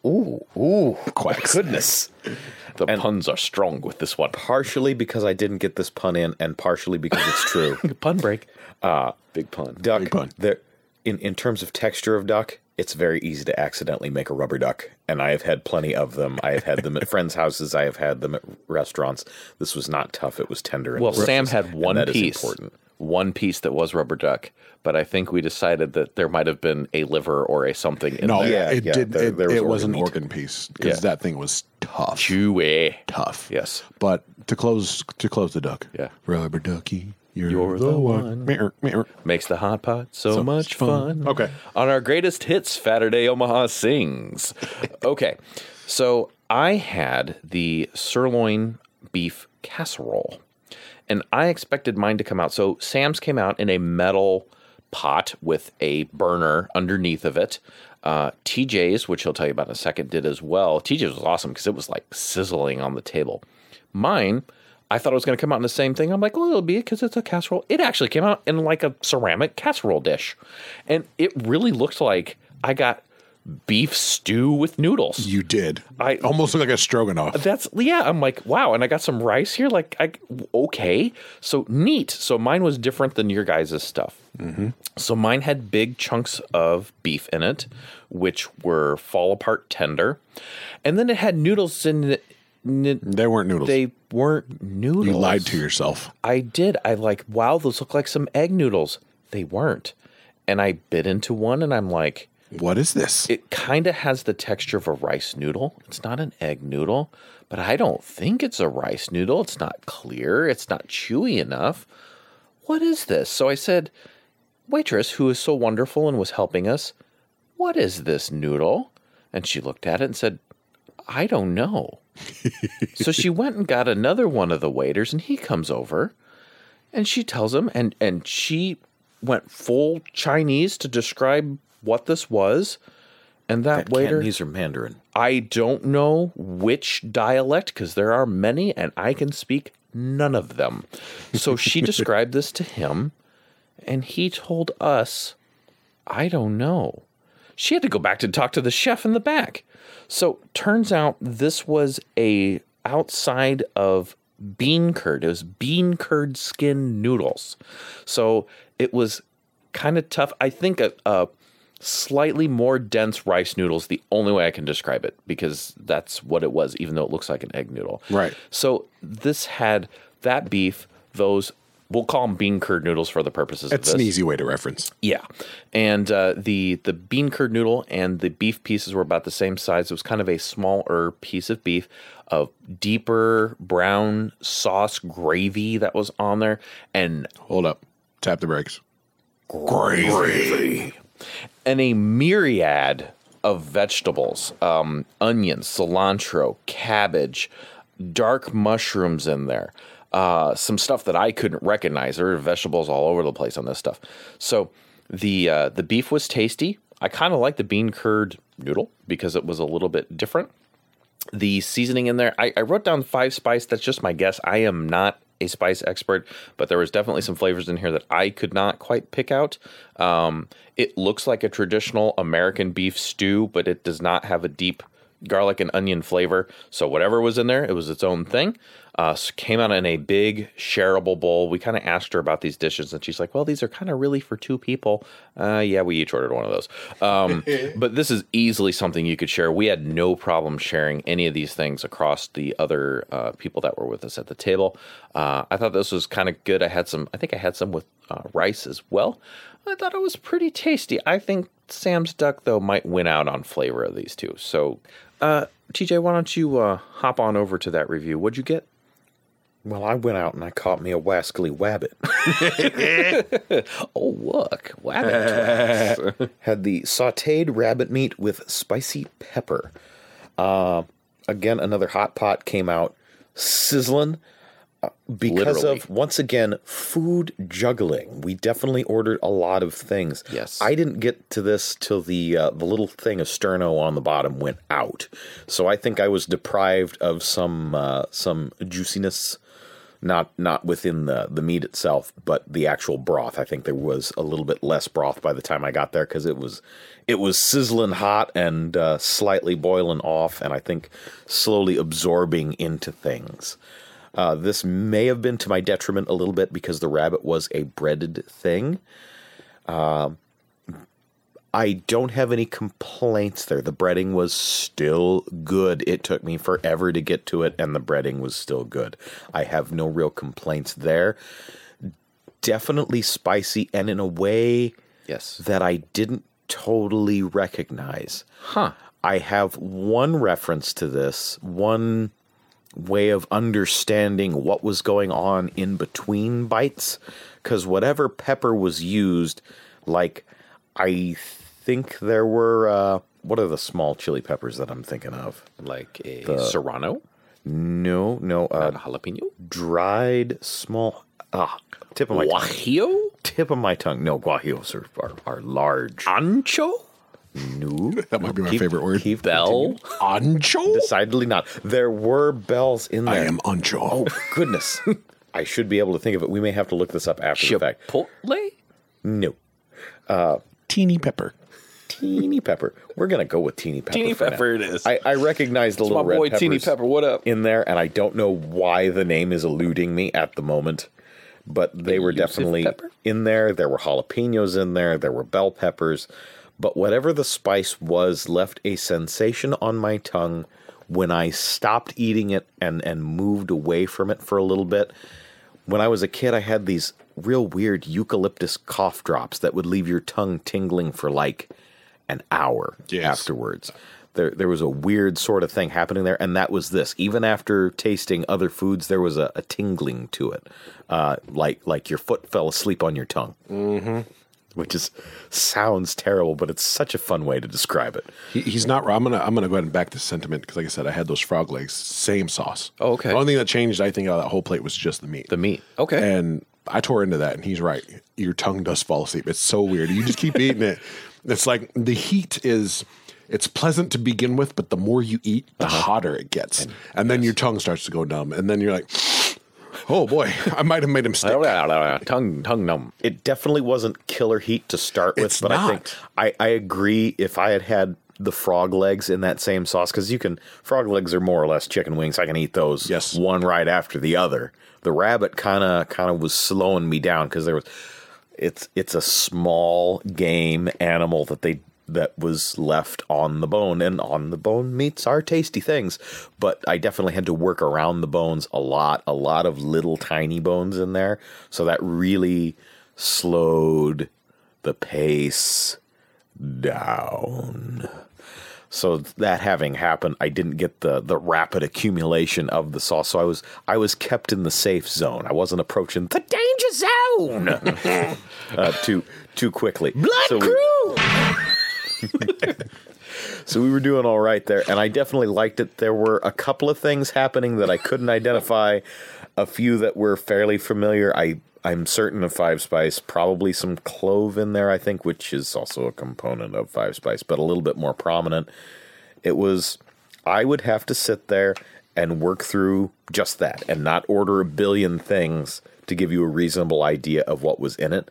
ooh, ooh, Quacks. goodness. [laughs] The puns are strong with this one. Partially because I didn't get this pun in, and partially because [laughs] it's true. Uh, Pun break. Ah, big pun. duck, pun. there- in in terms of texture of duck, it's very easy to accidentally make a rubber duck, and I have had plenty of them. I have had them [laughs] at friends' houses. I have had them at restaurants. This was not tough. It was tender. And Well, delicious, Sam had and one that is piece. important. One piece that was rubber duck, but I think we decided that there might have been a liver or a something in No, there. Yeah, it yeah, did. there- it there was it was organ an meat. organ piece Yeah. because that thing was tough. Chewy. tough. Yes. But to close to close the duck. Yeah. Rubber ducky, you're, You're the, the one. Meow, meow. Makes the hot pot so, much fun. fun. Okay. On our greatest hits, Saturday Omaha [laughs] sings. [laughs] okay. So I had the sirloin beef casserole, and I expected mine to come out. So Sam's came out in a metal pot with a burner underneath of it. Uh, TJ's, which he'll tell you about in a second, did as well. TJ's was awesome because it was like sizzling on the table. Mine, I thought it was going to come out in the same thing. I'm like, well, it'll be because it's a casserole. It actually came out in like a ceramic casserole dish. And it really looked like I got beef stew with noodles. You did. I- almost look like a stroganoff. That's, yeah, I'm like, wow. And I got some rice here. Like, I, okay. So neat. So mine was different than your guys' stuff. Mm-hmm. So mine had big chunks of beef in it, which were fall apart tender. And then it had noodles in it. n- They weren't noodles. They weren't noodles. you lied to yourself. I did. I like, wow, those look like some egg noodles. They weren't. And I bit into one and I'm like, What is this? it kind of has the texture of a rice noodle. It's not an egg noodle, but I don't think it's a rice noodle. It's not clear. It's not chewy enough. What is this? So I said, waitress, who is so wonderful and was helping us, what is this noodle? And she looked at it and said, I don't know. so she went and got another one of the waiters, and he comes over, and she tells him, and and she went full Chinese to describe what this was, and that, waiter, Cantonese or Mandarin. I don't know which dialect because there are many, and I can speak none of them. So she described this to him, and he told us, I don't know. She had to go back to talk to the chef in the back. So turns out this was a outside of bean curd. It was bean curd skin noodles. So it was kind of tough. I think a, a slightly more dense rice noodles the only way I can describe it because that's what it was even though it looks like an egg noodle. Right. So this had that beef, those we'll call them bean curd noodles for the purposes It's of an this. easy way to reference. Yeah, and uh, the the bean curd noodle and the beef pieces were about the same size. It was kind of a smaller piece of beef, of deeper brown sauce gravy that was on there, and Hold up. Tap the brakes. and a myriad of vegetables, um, onions, cilantro, cabbage, dark mushrooms in there. Uh, some stuff that I couldn't recognize. There were vegetables all over the place on this stuff. So the uh, the beef was tasty. I kind of like the bean curd noodle because it was a little bit different the seasoning in there. I, I wrote down five spice. That's just my guess. I am not a spice expert, but there was definitely some flavors in here that I could not quite pick out. Um, it looks like a traditional American beef stew, but it does not have a deep garlic and onion flavor. So whatever was in there, it was its own thing. Uh, s- came out in a big shareable bowl. We kind of asked her about these dishes, and she's like, "Well, these are kind of really for two people." Uh, yeah, we each ordered one of those. Um, but this is easily something you could share. We had no problem sharing any of these things across the other uh, people that were with us at the table. Uh, I thought this was kind of good. I had some. I think I had some with uh, rice as well. I thought it was pretty tasty. I think Sam's duck though might win out on flavor of these two. So, uh, TJ, why don't you uh, hop on over to that review? What'd you get? Well, I went out and I caught me a wascally wabbit. Oh, look, wabbit. [laughs] [laughs] Had the sautéed rabbit meat with spicy pepper. Uh, again, another hot pot came out sizzling uh, because Literally. of once again food juggling. We definitely ordered a lot of things. Yes. I didn't get to this till the uh, the little thing of sterno on the bottom went out, so I think I was deprived of some uh, some juiciness. Not not within the the meat itself, but the actual broth. I think there was a little bit less broth by the time I got there because it was it was sizzling hot and uh, slightly boiling off, and I think slowly absorbing into things. Uh, this may have been to my detriment a little bit because the rabbit was a breaded thing. Um, I don't have any complaints there. The breading was still good. It took me forever to get to it, and the breading was still good. I have no real complaints there. Definitely spicy, and in a way yes. that I didn't totally recognize. Huh. I have one reference to this, one way of understanding what was going on in between bites, because whatever pepper was used, like I think there were uh, what are the small chili peppers that I'm thinking of? Like a serrano, No, no, a uh, jalapeno, dried small ah tip of my tongue. guajillo, tip of my tongue. No, guajillos are are, are large. Ah. ancho, No, That might be my favorite word. keep bell. Ancho? Decidedly not. There were bells in there. I am Ancho. [laughs] Oh. goodness. I should be able to think of it. We may have to look this up after the fact. Chipotle? No. teeny pepper. Teeny pepper. We're going to go with teeny pepper. Teeny for now. pepper it is. I, I recognize the My little red boy, Teeny peppers Pepper, what up? in there, and I don't know why the name is eluding me at the moment, but they were Elusive definitely pepper? in there. There were jalapenos in there. There were bell peppers. But whatever the spice was left a sensation on my tongue when I stopped eating it and, and moved away from it for a little bit. When I was a kid, I had these real weird eucalyptus cough drops that would leave your tongue tingling for like an hour Yes. afterwards. There, there was a weird sort of thing happening there, and that was this. Even after tasting other foods, there was a, Mm-hmm. a tingling to it, uh, like like your foot fell asleep on your tongue which is sounds terrible, but it's such a fun way to describe it. He, he's not. wrong. I'm gonna. I'm gonna go ahead and back this sentiment because, like I said, I had those frog legs, same sauce. Oh, okay. The only thing that changed, I think, out of that whole plate was just the meat. The meat. Okay. And I tore into that, and he's right. Your tongue does fall asleep. It's so weird. You just keep eating it. It's like the heat is. It's pleasant to begin with, but the more you eat, the Uh-huh. hotter it gets, and, then your tongue starts to go numb, and then you're like, "Oh boy, I might have made a mistake." tongue tongue numb. It definitely wasn't killer heat to start with, It's but I think not. I, I agree. If I had had the frog legs in that same sauce, because you can frog legs are more or less chicken wings. I can eat those Yes. one right after the other. The rabbit kind of kind of was slowing me down because there was it's it's a small game animal that they that was left on the bone and on the bone meats are tasty things but i definitely had to work around the bones a lot a lot of little tiny bones in there so that really slowed the pace down so that having happened i didn't get the the rapid accumulation of the sauce so i was i was kept in the safe zone i wasn't approaching the danger zone uh, too too quickly. Blood so crew. [laughs] so we were doing all right there, and I definitely liked it. There were a couple of things happening that I couldn't identify. A few that were fairly familiar. I I'm certain of Five Spice. Probably some clove in there. I think, which is also a component of Five Spice, but a little bit more prominent. It was. I would have to sit there and work through just that and not order a billion things to give you a reasonable idea of what was in it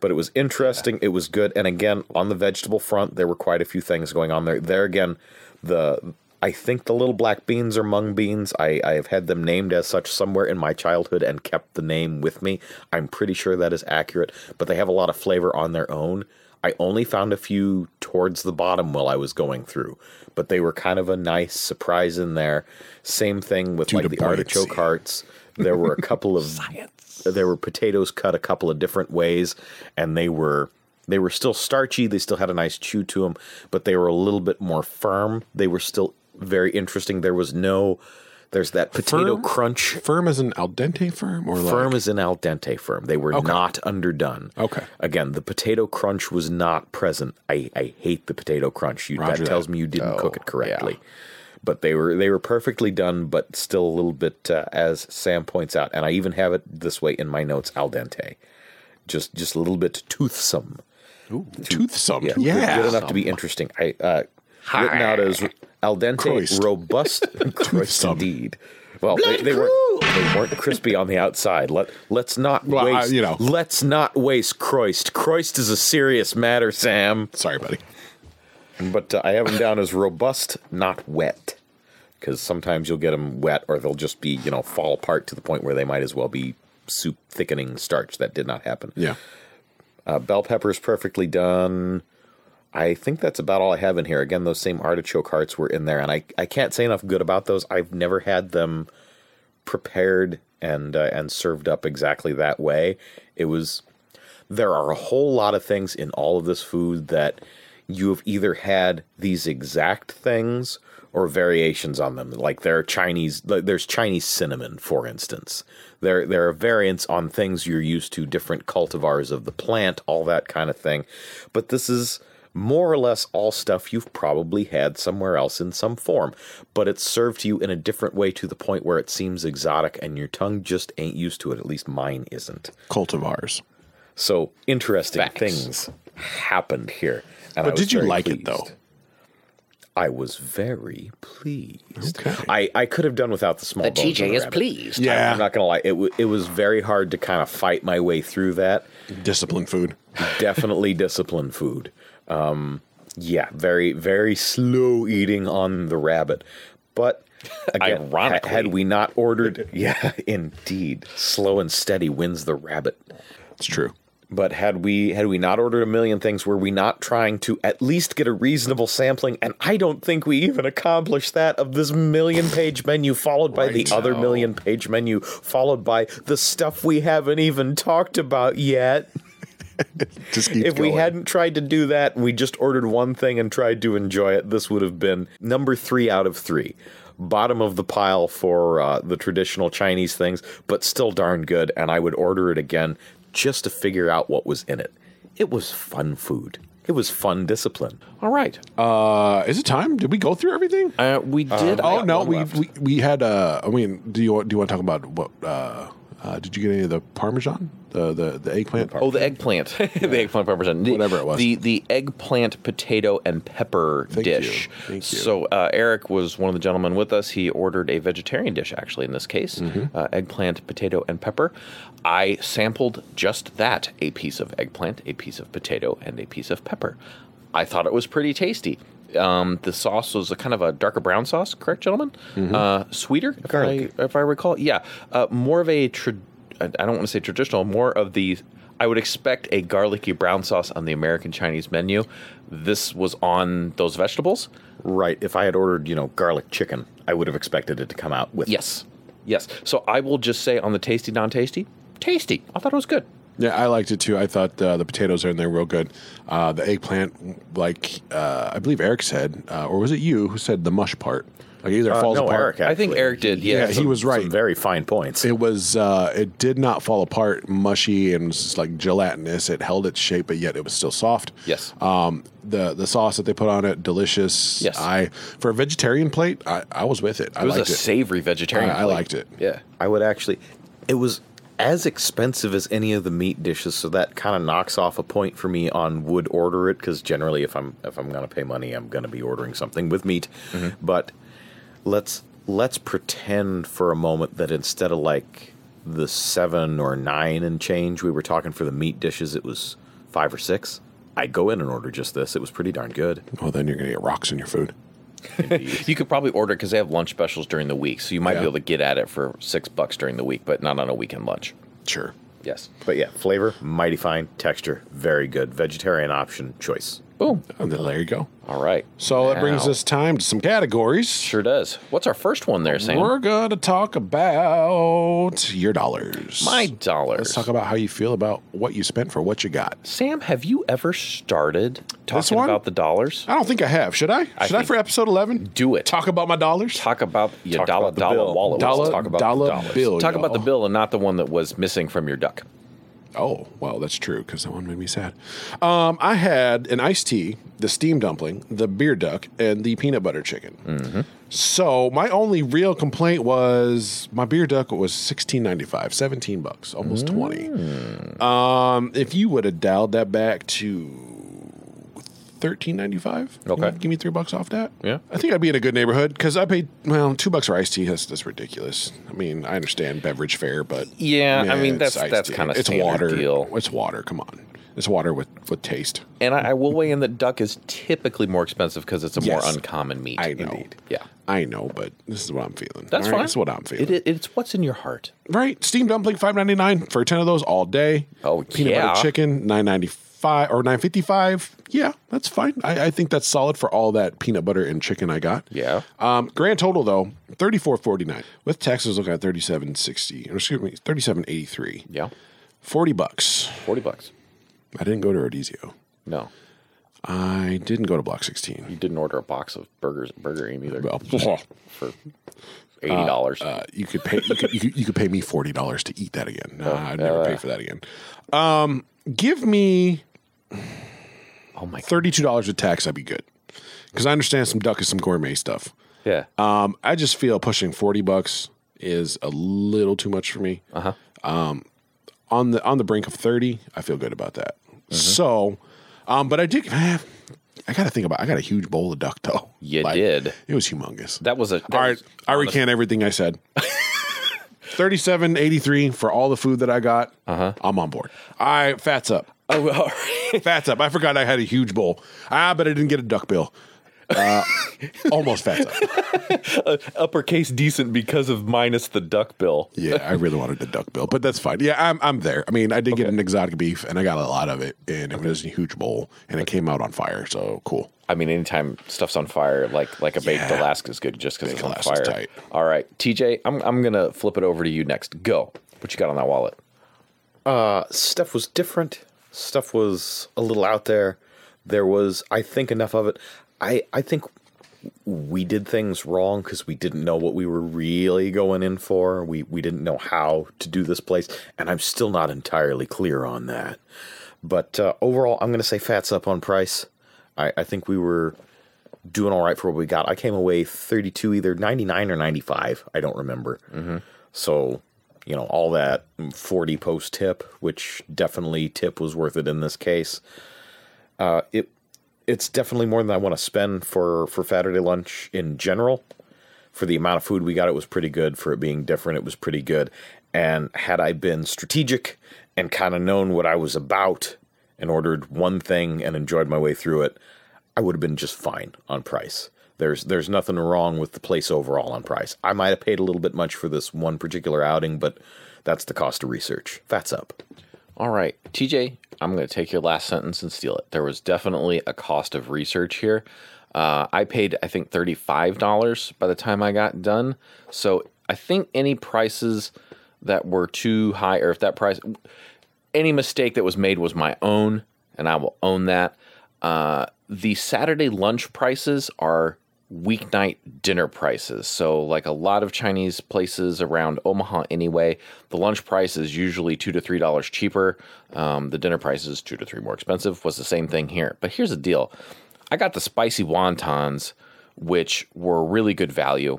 but it was interesting. It was good. And again, on the vegetable front, there were quite a few things going on there. There again, the I think the little black beans are mung beans. I, I have had them named as such somewhere in my childhood and kept the name with me. I'm pretty sure that is accurate, but they have a lot of flavor on their own. I only found a few towards the bottom while I was going through, but they were kind of a nice surprise in there. Same thing with like to the buoyancy. artichoke hearts. There were a couple of there were potatoes cut a couple of different ways, and they were they were still starchy. They still had a nice chew to them, but they were a little bit more firm. They were still very interesting. There was no there's that potato Firm? crunch. Firm as an al dente firm, or Firm like, as an al dente firm. They were not underdone. Okay. Again, the potato crunch was not present. I, I hate the potato crunch. You, that Roger tells that. me you didn't cook it correctly. But they were they were perfectly done, but still a little bit, uh, as Sam points out, and I even have it this way in my notes: al dente, just just a little bit toothsome. toothsome. Yeah, Yeah, good, good enough to be interesting. I uh, written out as al dente, Christ. [laughs] robust, Christ Toothsome. indeed. Well, they, they weren't they weren't crispy on the outside. Let let's not Well, I- waste you know. let's not waste Christ. Christ is a serious matter, Sam. Sorry, buddy. But uh, I have them down as robust, not wet, because sometimes you'll get them wet, or they'll just be you know fall apart to the point where they might as well be soup thickening starch. That did not happen. Yeah. Uh, bell peppers perfectly done. I think that's about all I have in here. Again, those same artichoke hearts were in there, and I, I can't say enough good about those. I've never had them prepared and uh, and served up exactly that way. It was there are a whole lot of things in all of this food that you have either had these exact things or variations on them. Like there are Chinese, like there's Chinese cinnamon, for instance. There there are variants on things you're used to, different cultivars of the plant, all that kind of thing. But this is more or less all stuff you've probably had somewhere else in some form, but it's served to you in a different way to the point where it seems exotic and your tongue just ain't used to it. At least mine isn't. Cultivars. So interesting things happened here. And I But was did you very like it pleased. though? I was very pleased. Okay. I, I could have done without the small. The bones of TJ is rabbit. pleased. Yeah. I'm not gonna lie. It w- it was very hard to kind of fight my way [laughs] through that. Discipline food. Definitely disciplined food. Um, yeah, very very slow eating on the rabbit, [laughs] but. Again, Ironically. ha- had we not ordered, [laughs] yeah, indeed, slow and steady wins the rabbit. It's true. But had we had we not ordered a million things, were we not trying to at least get a reasonable sampling? And I don't think we even accomplished that of this million page menu, followed by the Right. other No. million page menu, followed by the stuff we haven't even talked about yet. Just keep if we going. hadn't tried to do that and we just ordered one thing and tried to enjoy it, this would have been number three out of three. Bottom of the pile for uh, the traditional Chinese things, but still darn good. And I would order it again just to figure out what was in it. It was fun food. It was fun discipline. All right. Uh, is it time? Did we go through everything? Uh, we did. oh no, Um, one we, left. we we had. Uh, I mean, do you want- do you want to talk about what? Uh, uh, did you get any of the parmesan? The the the eggplant. Oh, the [laughs] eggplant, the eggplant pepper's the, Whatever it was. The the eggplant potato and pepper dish. you. Thank you. So uh, Eric was one of the gentlemen with us. He ordered a vegetarian dish, actually, in this case, Mm-hmm. uh, eggplant, potato, and pepper. I sampled just that: a piece of eggplant, a piece of potato, and a piece of pepper. I thought it was pretty tasty. Um, the sauce was a kind of a darker brown sauce, correct, gentlemen? Mm-hmm. Uh, sweeter, if I, Garlic. if I recall. Yeah, uh, more of a tra- I I don't want to say traditional, more of the I would expect a garlicky brown sauce on the American Chinese menu. This was on those vegetables. Right. If I had ordered, you know, garlic chicken, I would have expected it to come out with Yes, yes. So I will just say on the tasty, non-tasty, tasty. I thought it was good. Yeah, I liked it too. I thought uh, the potatoes are in there real good. Uh, the eggplant, like uh, I believe Eric said, uh, or was it you who said the mush part? Like either Uh, falls no, apart. Eric. I think actually. Eric did. yeah, Yeah. he was right. Some very fine points. It was. Uh, it did not fall apart, mushy, and was just like gelatinous. It held its shape, but yet it was still soft. Yes. Um, the the sauce that they put on it, delicious. Yes. I for a vegetarian plate, I, I was with it. I it was a liked it. savory vegetarian. I- I plate. liked it. Yeah. [laughs] I would actually. It was as expensive as any of the meat dishes, so that kind of knocks off a point for me on would order it because generally, if I'm if I'm going to pay money, I'm going to be ordering something with meat. But let's let's pretend for a moment that instead of like the seven or nine and change we were talking for the meat dishes, it was five or six. I go in and order just this. It was pretty darn good. Well, then you're gonna get rocks in your food. You could probably order because they have lunch specials during the week, so you might Yeah. be able to get at it for six bucks during the week, but not on a weekend lunch. Sure. Yes. But yeah, flavor mighty fine, texture very good. Vegetarian option choice. Boom. And then there you go. All right. So that brings Now- us time to some categories. Sure does. What's our first one there, Sam? We're going to talk about your dollars. My dollars. Let's talk about how you feel about what you spent for what you got. Sam, have you ever started This talking one? about the dollars? I don't think I have. Should I? Should I, think- for episode 11? Do it. Talk about my dollars? Talk about your Talk dollar about the dollar bill. wallet. Let's Dollar- talk about dollar the dollars. bill, Talk about y'all. the bill and not the one that was missing from your duck. Oh, well, that's true because that one made me sad. Um, I had an iced tea, the steamed dumpling, the beer duck, and the peanut butter chicken. Mm-hmm. So my only real complaint was my beer duck was sixteen ninety five, seventeen bucks, almost Mm. twenty. Um, if you would have dialed that back to thirteen ninety five, Okay. give me three bucks off that. Yeah. I think I'd be in a good neighborhood because I paid well two bucks for iced tea. That's, that's ridiculous. I mean, I understand beverage fare, but Yeah, I mean, it's that's- iced that's tea. kinda it's standard water. deal. It's water. Come on, it's water with with taste. And I, I will [laughs] weigh in that duck is typically more expensive because it's a more Yes. uncommon meat. I know. Yeah. I know, but this is what I'm feeling. That's All right, fine. That's what I'm feeling. It, it's what's in your heart. Right, steamed dumpling five ninety nine for ten of those all day. Oh, peanut yeah. butter chicken nine ninety five or nine fifty five. Yeah, that's fine. I, I think that's solid for all that peanut butter and chicken I got. Yeah. Um, grand total though thirty four forty nine with taxes. Look at thirty seven sixty or excuse me thirty seven eighty three. Yeah. Forty bucks. 40 bucks. I didn't go to Rodizio. No. I didn't go to Block You sixteen. didn't order a box of burgers Burger Inn either Well, for $80. uh, you could pay you could, you could you could pay me forty dollars to eat that again. Oh, Nah, I'd never pay for that again. Um, give me oh, my God. thirty-two dollars with tax, I'd be good. Because I understand some duck is some gourmet stuff. Yeah. Um, I just feel pushing forty bucks is a little too much for me. Uh-huh. Uh huh. Um, on the on the brink of thirty, I feel good about that. Mm-hmm. So, um, but I did. I gotta think about. I got a huge bowl of duck though. You did. It was humongous. That was a. that all right, was- I recant everything I said. Thirty-seven eighty-three for all the food that I got. Uh-huh. I'm on board. I fats up. [laughs] Oh, all right. Fats up. I forgot I had a huge bowl. Ah, but I didn't get a duck bill. Uh, [laughs] almost fats up. uppercase decent because of minus the duck bill. Yeah, I really wanted a duck bill, but that's fine. Yeah, I'm I'm there. I mean, I did get an exotic beef, and I got a lot of it, and it was in a huge bowl, and it came out on fire. So cool. I mean, anytime stuff's on fire, like like a baked Yeah. Alaska is good just because it's on Alaska's fire. tight. All right, TJ, I'm I'm gonna flip it over to you next. Go. What you got on that wallet? stuff was different. Stuff was a little out there. There was, I think, enough of it. I, I think we did things wrong because we didn't know what we were really going in for. We, we didn't know how to do this place, and I'm still not entirely clear on that. But uh, overall, I'm going to say fats up on price. I, I think we were doing all right for what we got. I came away 32, either 99 or 95. I don't remember. So, you know, all that 40 post tip, which definitely tip was worth it in this case. Uh, it it's definitely more than I want to spend for for Saturday lunch in general. For the amount of food we got, it was pretty good. For it being different, it was pretty good. And had I been strategic and kind of known what I was about and ordered one thing and enjoyed my way through it, I would have been just fine on price. There's there's nothing wrong with the place overall on price. I might have paid a little bit much for this one particular outing, but that's the cost of research. That's up. All right, TJ, I'm going to take your last sentence and steal it. There was definitely a cost of research here. Uh, I paid, I think, $35 by the time I got done. So I think any prices that were too high, or if that price, any mistake that was made was my own, and I will own that. Uh, the Saturday lunch prices are weeknight dinner prices. So, like a lot of Chinese places around Omaha, anyway, the lunch price is usually two to three dollars cheaper. Um, the dinner price is two to three more expensive. Was the same thing here. But here's the deal: I got the spicy wontons, which were really good value.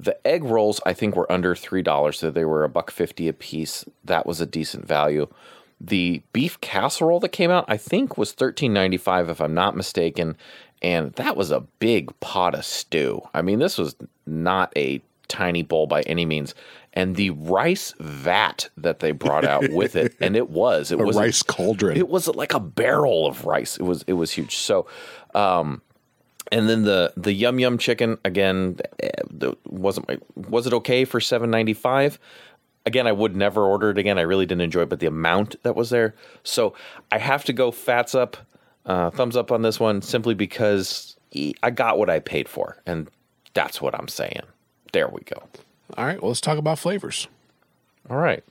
The egg rolls, I think, were under three dollars, so they were a buck fifty a piece. That was a decent value. The beef casserole that came out, I think, was thirteen ninety five, if I'm not mistaken, and that was a big pot of stew. I mean, this was not a tiny bowl by any means. And the rice vat that they brought out with it, and it was [laughs] it A was rice cauldron. It was like a barrel of rice. It was it was huge. So. um and then the the yum yum chicken again eh, the- wasn't my, was it okay for 7.95 again I would never order it again I really didn't enjoy it but the amount that was there so I have to go fats up uh, thumbs up on this one simply because e- I got what I paid for and that's what I'm saying there we go All right, well, let's talk about flavors. all right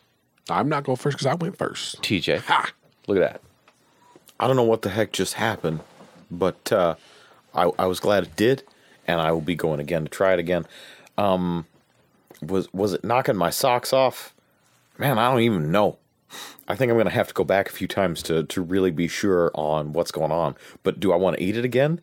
I'm not going first because I went first. TJ Ha! look at that I don't know what the heck just happened, but uh, I, I was glad it did, and I will be going again to try it again. Um, was was it knocking my socks off? Man, I don't even know. I think I'm gonna have to go back a few times to to really be sure on what's going on. But do I want to eat it again?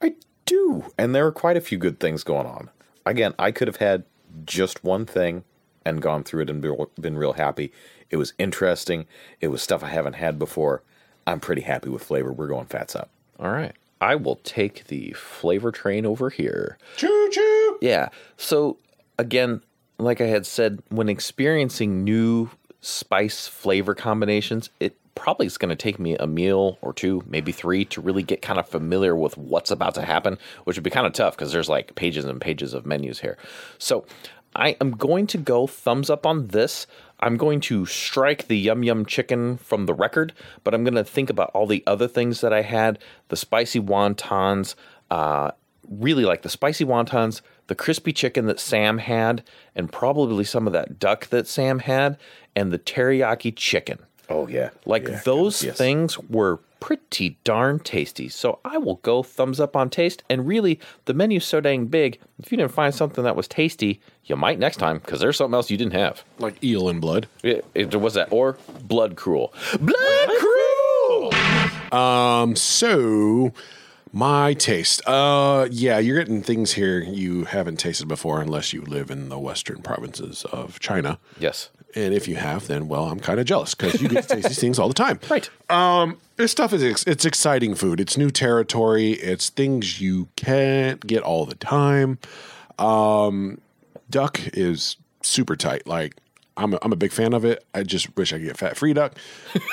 I do, and there are quite a few good things going on. Again, I could have had just one thing and gone through it and be, been real happy. It was interesting. It was stuff I haven't had before. I'm pretty happy with flavor. We're going fats up. all right I will take the flavor train over here Choo choo. Yeah. So again, like I had said, when experiencing new spice flavor combinations, it probably is going to take me a meal or two, maybe three, to really get kind of familiar with what's about to happen, which would be kind of tough because there's like pages and pages of menus here. So I am going to go thumbs up on this. I'm going to strike the yum yum chicken from the record, but I'm going to think about all the other things that I had the spicy wontons, uh, really like the spicy wontons, the crispy chicken that Sam had, and probably some of that duck that Sam had, and the teriyaki chicken. Oh yeah, Like those things were pretty darn tasty. So I will go thumbs up on taste. And really, the menu's so dang big. If you didn't find something that was tasty, you might next time because there's something else you didn't have. Like eel and blood. It, it was that or blood cruel. Blood cruel. Um, so my taste. Uh, yeah, you're getting things here you haven't tasted before unless you live in the western provinces of China. Yes. And if you have, then well, I'm kind of jealous because you get to taste these things all the time. [laughs] Right. Um, this stuff is ex- it's exciting food. It's new territory. It's things you can't get all the time. Um, duck is super tight. Like I'm a, I'm a big fan of it. I just wish I could get fat free [laughs] duck.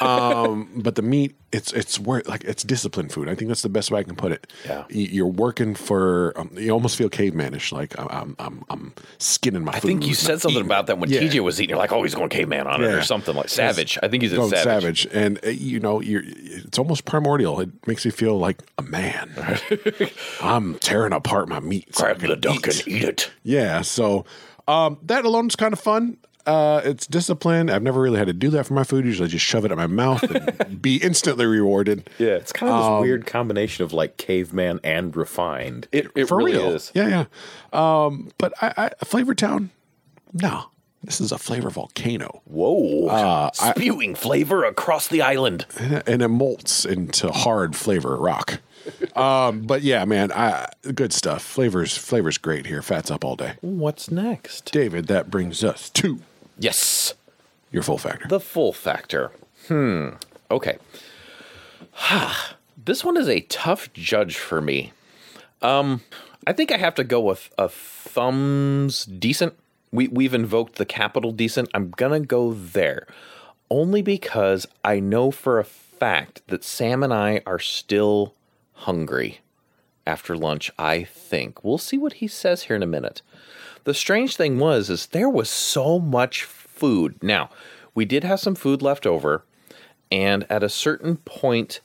Um, but the meat, it's it's worth like it's disciplined food. I think that's the best way I can put it. Yeah. Y- you're working for. Um, you almost feel cavemanish. Like I'm I'm I'm, I'm skinning my. I think you said something about that when Yeah. TJ was eating. You're like, oh, he's going caveman on it Yeah. or something like savage. I think he's a Oh, savage. savage. and uh, you know, you're, it's almost primordial. It makes you feel like a man. I'm tearing apart my meat. so I Grab can the duck eat. and eat it. Yeah, so um, that alone is kind of fun. Uh, it's discipline. I've never really had to do that for my food. Usually, I just shove it in my mouth and be instantly rewarded. Yeah, it's kind of this weird combination of like caveman and refined. It, it for really real. is. Yeah, yeah. Um, but I, I Flavor Town, no, This is a flavor volcano, Whoa. Uh, I- Spewing flavor across the island. and it molts into hard flavor rock. um, but yeah, man, I, good stuff. Flavors, flavors, great here. Fats up all day. What's next? David, that brings us to Yes. your full factor. The full factor. Hmm. Okay. [sighs] this one is a tough judge for me. Um, I think I have to go with a thumbs decent. We we've invoked the capital decent. I'm gonna go there, only because I know for a fact that Sam and I are still hungry after lunch. I think we'll see what he says here in a minute. The strange thing was is there was so much food. Now we did have some food left over, and at a certain point.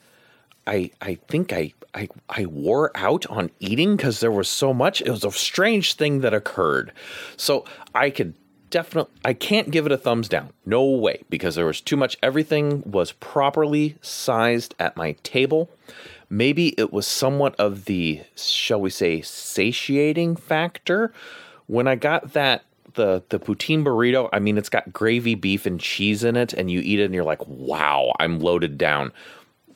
I I think I I, I wore out on eating because there was so much. It was a strange thing that occurred. So I could definitely I can't give it a thumbs down. No way because there was too much. Everything was properly sized at my table. Maybe it was somewhat of the shall we say satiating factor when I got that the the poutine burrito, I mean it's got gravy, beef and cheese in it and you eat it and you're like, "Wow, I'm loaded down."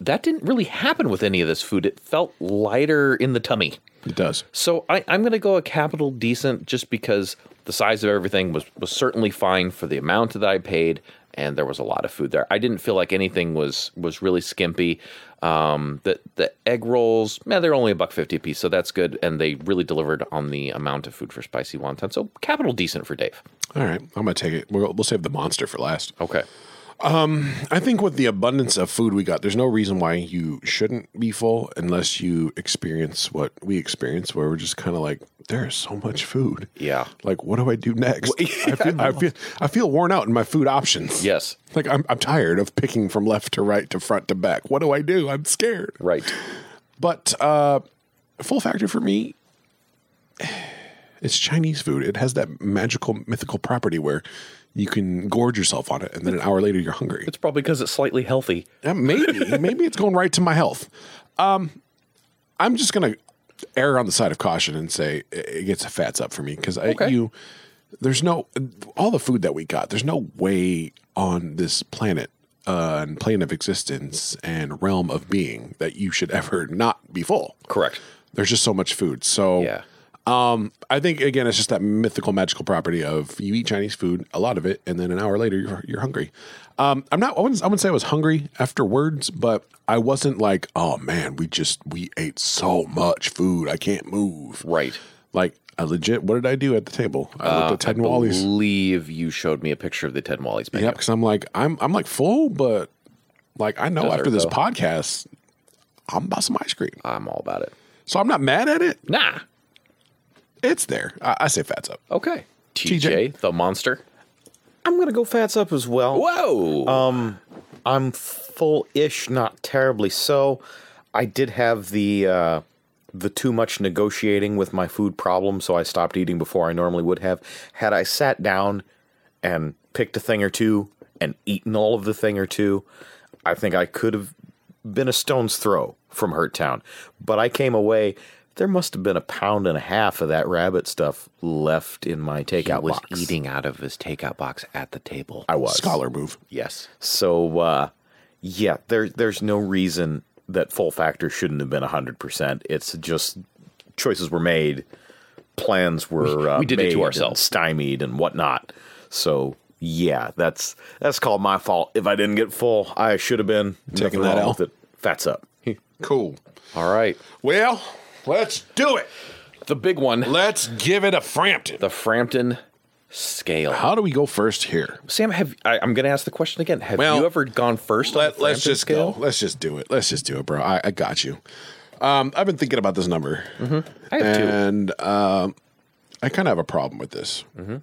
that didn't really happen with any of this food. It felt lighter in the tummy. it does. So I, I'm going to go a capital decent just because the size of everything was, was certainly fine for the amount that I paid. And there was a lot of food there. I didn't feel like anything was was really skimpy. Um, the the egg rolls, man, they're only a buck fifty a piece, so that's good. And they really delivered on the amount of food for spicy wonton. So capital decent for Dave. All right, I'm gonna take it. We'll, we'll save the monster for last. Okay. I think with the abundance of food we got, there's no reason why you shouldn't be full unless you experience what we experience, where we're just kind of like, there is so much food. Yeah. Like, what do I do next? I, feel, I feel I feel worn out in my food options. Yes. Like I'm I'm tired of picking from left to right to front to back. What do I do? I'm scared. Right. But uh, full factor for me, [sighs] it's Chinese food. It has that magical mythical property where you can gorge yourself on it, and then an hour later you're hungry. It's probably because it's slightly healthy. Yeah, maybe maybe it's going right to my health. Um, I'm just gonna err on the side of caution and say it it gets fats up for me because Okay. you there's no all the food that we got. There's no way on this planet uh, and plane of existence and realm of being that you should ever not be full. Correct. There's just so much food. So Yeah. Um, I think again, it's just that mythical, magical property of you eat Chinese food, a lot of it, and then an hour later you're, you're hungry. Um, I'm not. I wouldn't, I wouldn't say I was hungry afterwards, but I wasn't like, oh man, we just we ate so much food, I can't move. Right. Like I legit. What did I do at the table? I Uh, looked at Ted and Wally's. believe you showed me a picture of the Ted and Wally's menu. Yep, because I'm like I'm I'm like full, but like I know Dessert, after this though. podcast, I'm about some ice cream, I'm all about it. so I'm not mad at it. Nah. It's there. I, I say fats up. Okay. TJ, TJ. the monster. I'm gonna go fats up as well. Whoa. I'm full-ish, not terribly so. I did have the uh, the too much negotiating with my food problem, so I stopped eating before I normally would have. Had I sat down and picked a thing or two and eaten all of the thing or two, I think I could have been a stone's throw from Hurt Town. But I came away. There must have been a pound and a half of that rabbit stuff left in my takeout was box. eating out of his takeout box at the table. I was Scholar move. yes. so uh, yeah, there there's no reason that full factor shouldn't have been hundred percent. It's just choices were made, plans were uh, we did it to made and ourselves. stymied and whatnot. So yeah, that's that's called my fault. If I didn't get full, I should have been Taking Nothing that wrong L. with it. Fats up. Cool. All right. Well, let's do it. The big one, Let's give it a Frampton. the Frampton scale. How do we go first here? Sam, have I, I'm going to ask the question again. Have Well, you ever gone first? on the Frampton scale? Let's just do it. Let's just do it, bro. I, I got you. Um, I've been thinking about this number, I have two. and um, I kind of have a problem with this. Mm-hmm.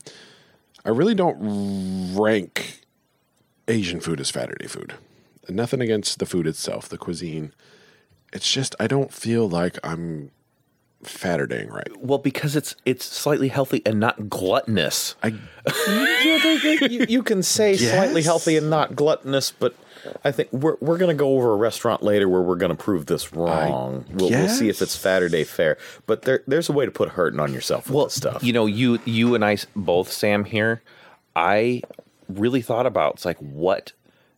I really don't rank Asian food as Saturday food. Nothing against the food itself, the cuisine. It's just I don't feel like I'm Saturdaying right. Well, because it's it's slightly healthy and not [laughs] gluttonous. I you, you can say slightly Yes. healthy and not gluttonous, but I think we're we're gonna go over a restaurant later where we're gonna prove this wrong. We'll, we'll see if it's Saturday fair, but there there's a way to put hurting on yourself with this stuff. You know, you you and I s- both, Sam. Here, I really thought about. It's like what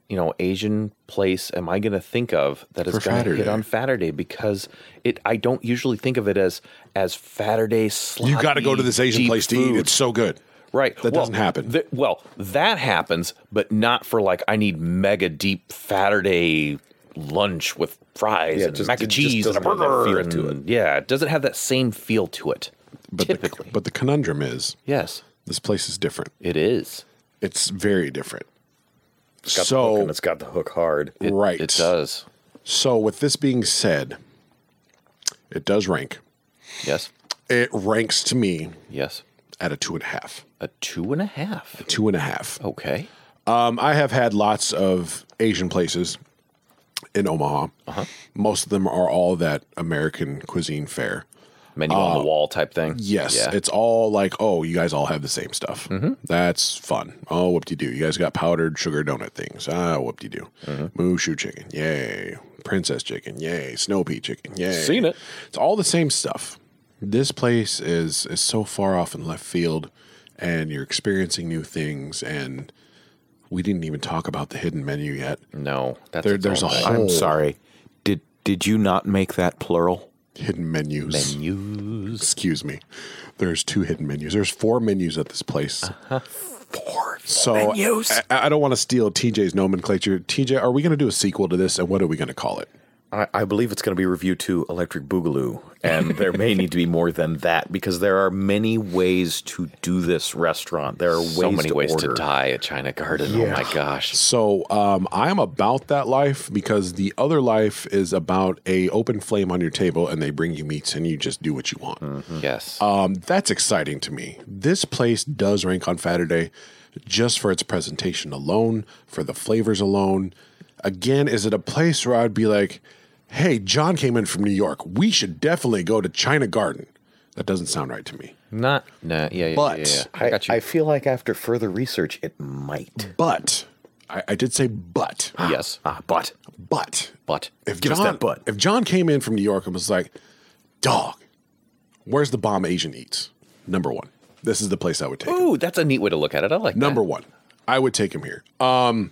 you know Asian place am I going to think of that is For going to hit Fatterday. on Saturday because it I don't usually think of it as as Saturday. You got to go to this Asian place to eat. It's so good. Right. That doesn't happen. th- well, that happens, but not for like I need mega deep Saturday lunch with fries Yeah, and just- mac and it just cheese and a doesn't have that burger. feel and- to it. Yeah, it doesn't have that same feel to it. But typically, The, but the conundrum is yes, this place is different. it is. It's very different. got the hook and so it's got the hook hard. It, right. It does. So with this being said, it does rank. Yes. It ranks to me Yes. at a two and a half. A two and a half. Two and a half. Okay. Um, I have had lots of Asian places in Omaha. Uh-huh. Most of them are all that American cuisine fare. Menu on the wall type thing. Uh, Yes, Yeah. Mm-hmm. it's all like, oh, you guys all have the same stuff. That's fun. Oh, whoop de doo. You guys got powdered sugar donut things. Ah, whoop de doo. Mm-hmm. Moo shoe chicken. Yay. Princess chicken. Yay. Snow pea chicken. Yay. Seen it. It's all the same stuff. This place is is so far off in left field, and you're experiencing new things. And we didn't even talk about the hidden menu yet. no. That's There, its there's a own thing. whole sorry. Did did you not make that plural? hidden menus. menus. Excuse me. There's two hidden menus. There's four menus at this place. Four. So Menus. I, I don't want to steal TJ's nomenclature. TJ, are we going to do a sequel to this, and what are we going to call it? I, I believe it's going to be reviewed to Electric Boogaloo, [laughs] and there may need to be more than that because there are many ways to do this restaurant. There are So ways many to ways order. to die at China Garden. Oh my gosh. So um, I am about that life because the other life is about a open flame on your table, and they bring you meats, and you just do what you want. Yes. Um, that's exciting to me. This place does rank on Saturday just for its presentation alone, for the flavors alone. Again, is it a place where I'd be like, hey, John came in from New York. We should definitely go to China Garden. That doesn't sound right to me. Not. Nah. Yeah. yeah But yeah, yeah. I I, got you. I feel like after further research, it might. But I, I did say but. yes. Ah, but But But if Give us John, that but. if John came in from New York and was like, dog, where's the bomb Asian eats? Number one. This is the place I would take. him. Ooh, that's a neat way to look at it. I like Number that. one, I would take him here. Um,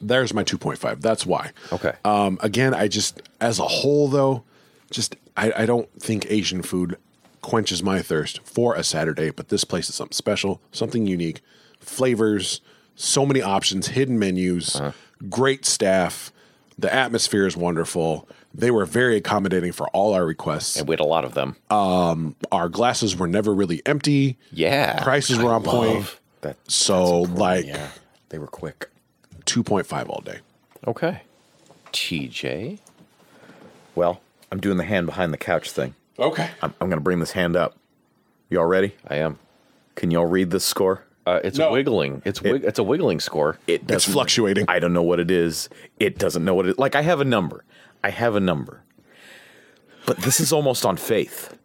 there's my 2.5. That's why. Okay. Um, again, I just, as a whole, though, just I, I don't think Asian food quenches my thirst for a Saturday, but this place is something special, something unique, flavors, so many options, hidden menus, Uh-huh. great staff. The atmosphere is wonderful. They were very accommodating for all our requests. And we had a lot of them. Uh, our glasses were never really empty. yeah. Prices were on point. love that So, like, yeah, they were quick. 2.5 all day. Okay. TJ. Well, I'm doing the hand behind the couch thing. Okay. I'm, I'm going to bring this hand up. Y'all ready? I am. Can y'all read this score? Uh, it's No. wiggling. It's wig- it's a wiggling score. It It's doesn't- fluctuating. I don't know what it is. It doesn't know what it. Like I have a number. I have a number. But this is almost on faith.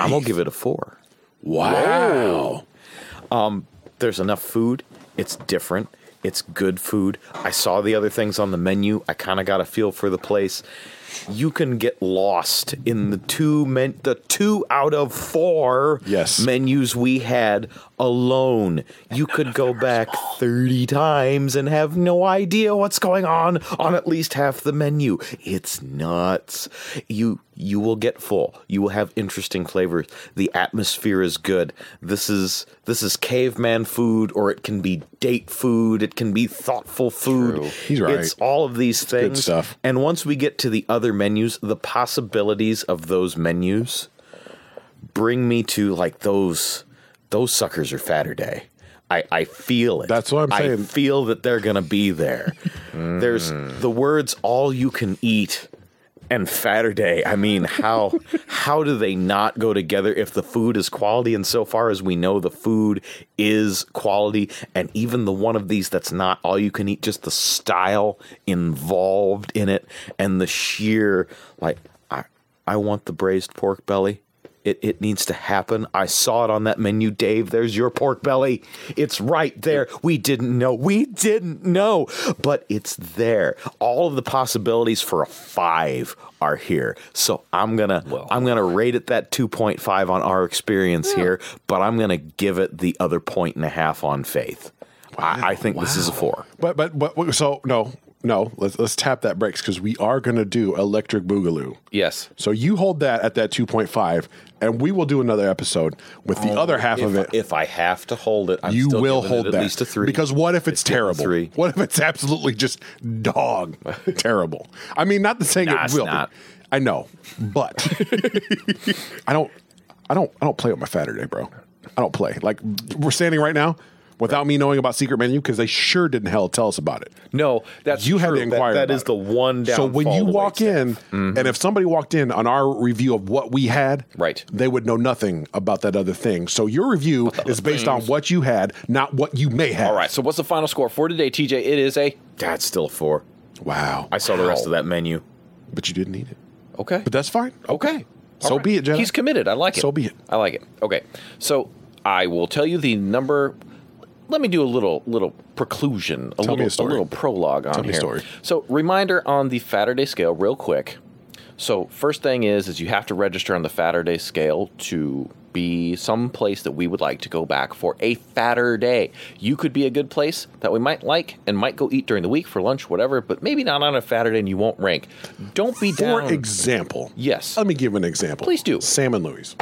I'm gonna give it a four. Wow. There's enough food. It's different. It's good food. I saw the other things on the menu. I kind of got a feel for the place. You can get lost in the two men, the two out of four Yes. menus we had alone. You could go back 30 times and have no idea what's going on on at least half the menu. It's nuts. You you will get full. You will have interesting flavors. The atmosphere is good. This is this is caveman food or it can be date food, it can be thoughtful food. He's right. It's all of these things. stuff. And once we get to the other menus, the possibilities of those menus bring me to like those those suckers are Saturday. I, I feel it. That's what I'm I saying. Mm. feel that they're gonna be there. There's the words all you can eat and Saturday. I mean, how [laughs] how do they not go together if the food is quality? And so far as we know, the food is quality. And even the one of these that's not all you can eat, just the style involved in it and the sheer like I I want the braised pork belly It, it needs to happen. I saw it on that menu, Dave. There's your pork belly. It's right there. We didn't know. We didn't know, but it's there. All of the possibilities for a five are here. So I'm gonna I'm gonna rate it that 2.5 on our experience here, but I'm gonna give it the other point and a half on faith. I, I think this is a four. But but but so no no let's let's tap that brakes because we are gonna do electric boogaloo. Yes. So you hold that at that two point five, and we will do another episode with the other half of it. Oh, If I have to hold it, I'm you still will giving it hold at that least a three because what if it's, terrible? three. What if it's absolutely just [laughs] dog terrible? I mean, not the saying Nah, it it's will. not. Be. I know, but [laughs] I don't. I don't. I don't play with my Saturday, bro. I don't play. Like we're standing right now without me knowing about secret menu because they sure didn't hell tell us about it. No, that's You had true. to inquire. Oh, that about is it. the one So when downfall you of the walk waitstaff. in, Mm-hmm. and if somebody walked in on our review of what we had, Right. they would know nothing about that other thing. So your review is based on what you had, not what you may have. All right. So what's the final score for today, TJ? It is a that's still a four. Wow. I saw the rest of that menu. But you didn't need it. okay. But that's fine. Okay. So be it, Jenna. He's committed. I like it. So be it. I like it. Okay. So I will tell you the number. Let me do a little little preclusion, a Tell me little a story. little prologue on Tell me a here. story. So reminder on the Fatterday scale, real quick. So first thing is is you have to register on the Fatterday scale to be some place that we would like to go back for a fatter day. You could be a good place that we might like and might go eat during the week for lunch, whatever, but maybe not on a Fatterday and you won't rank. Don't be For down. example, Yes. Let me give an example. Please do. Sam and Louis.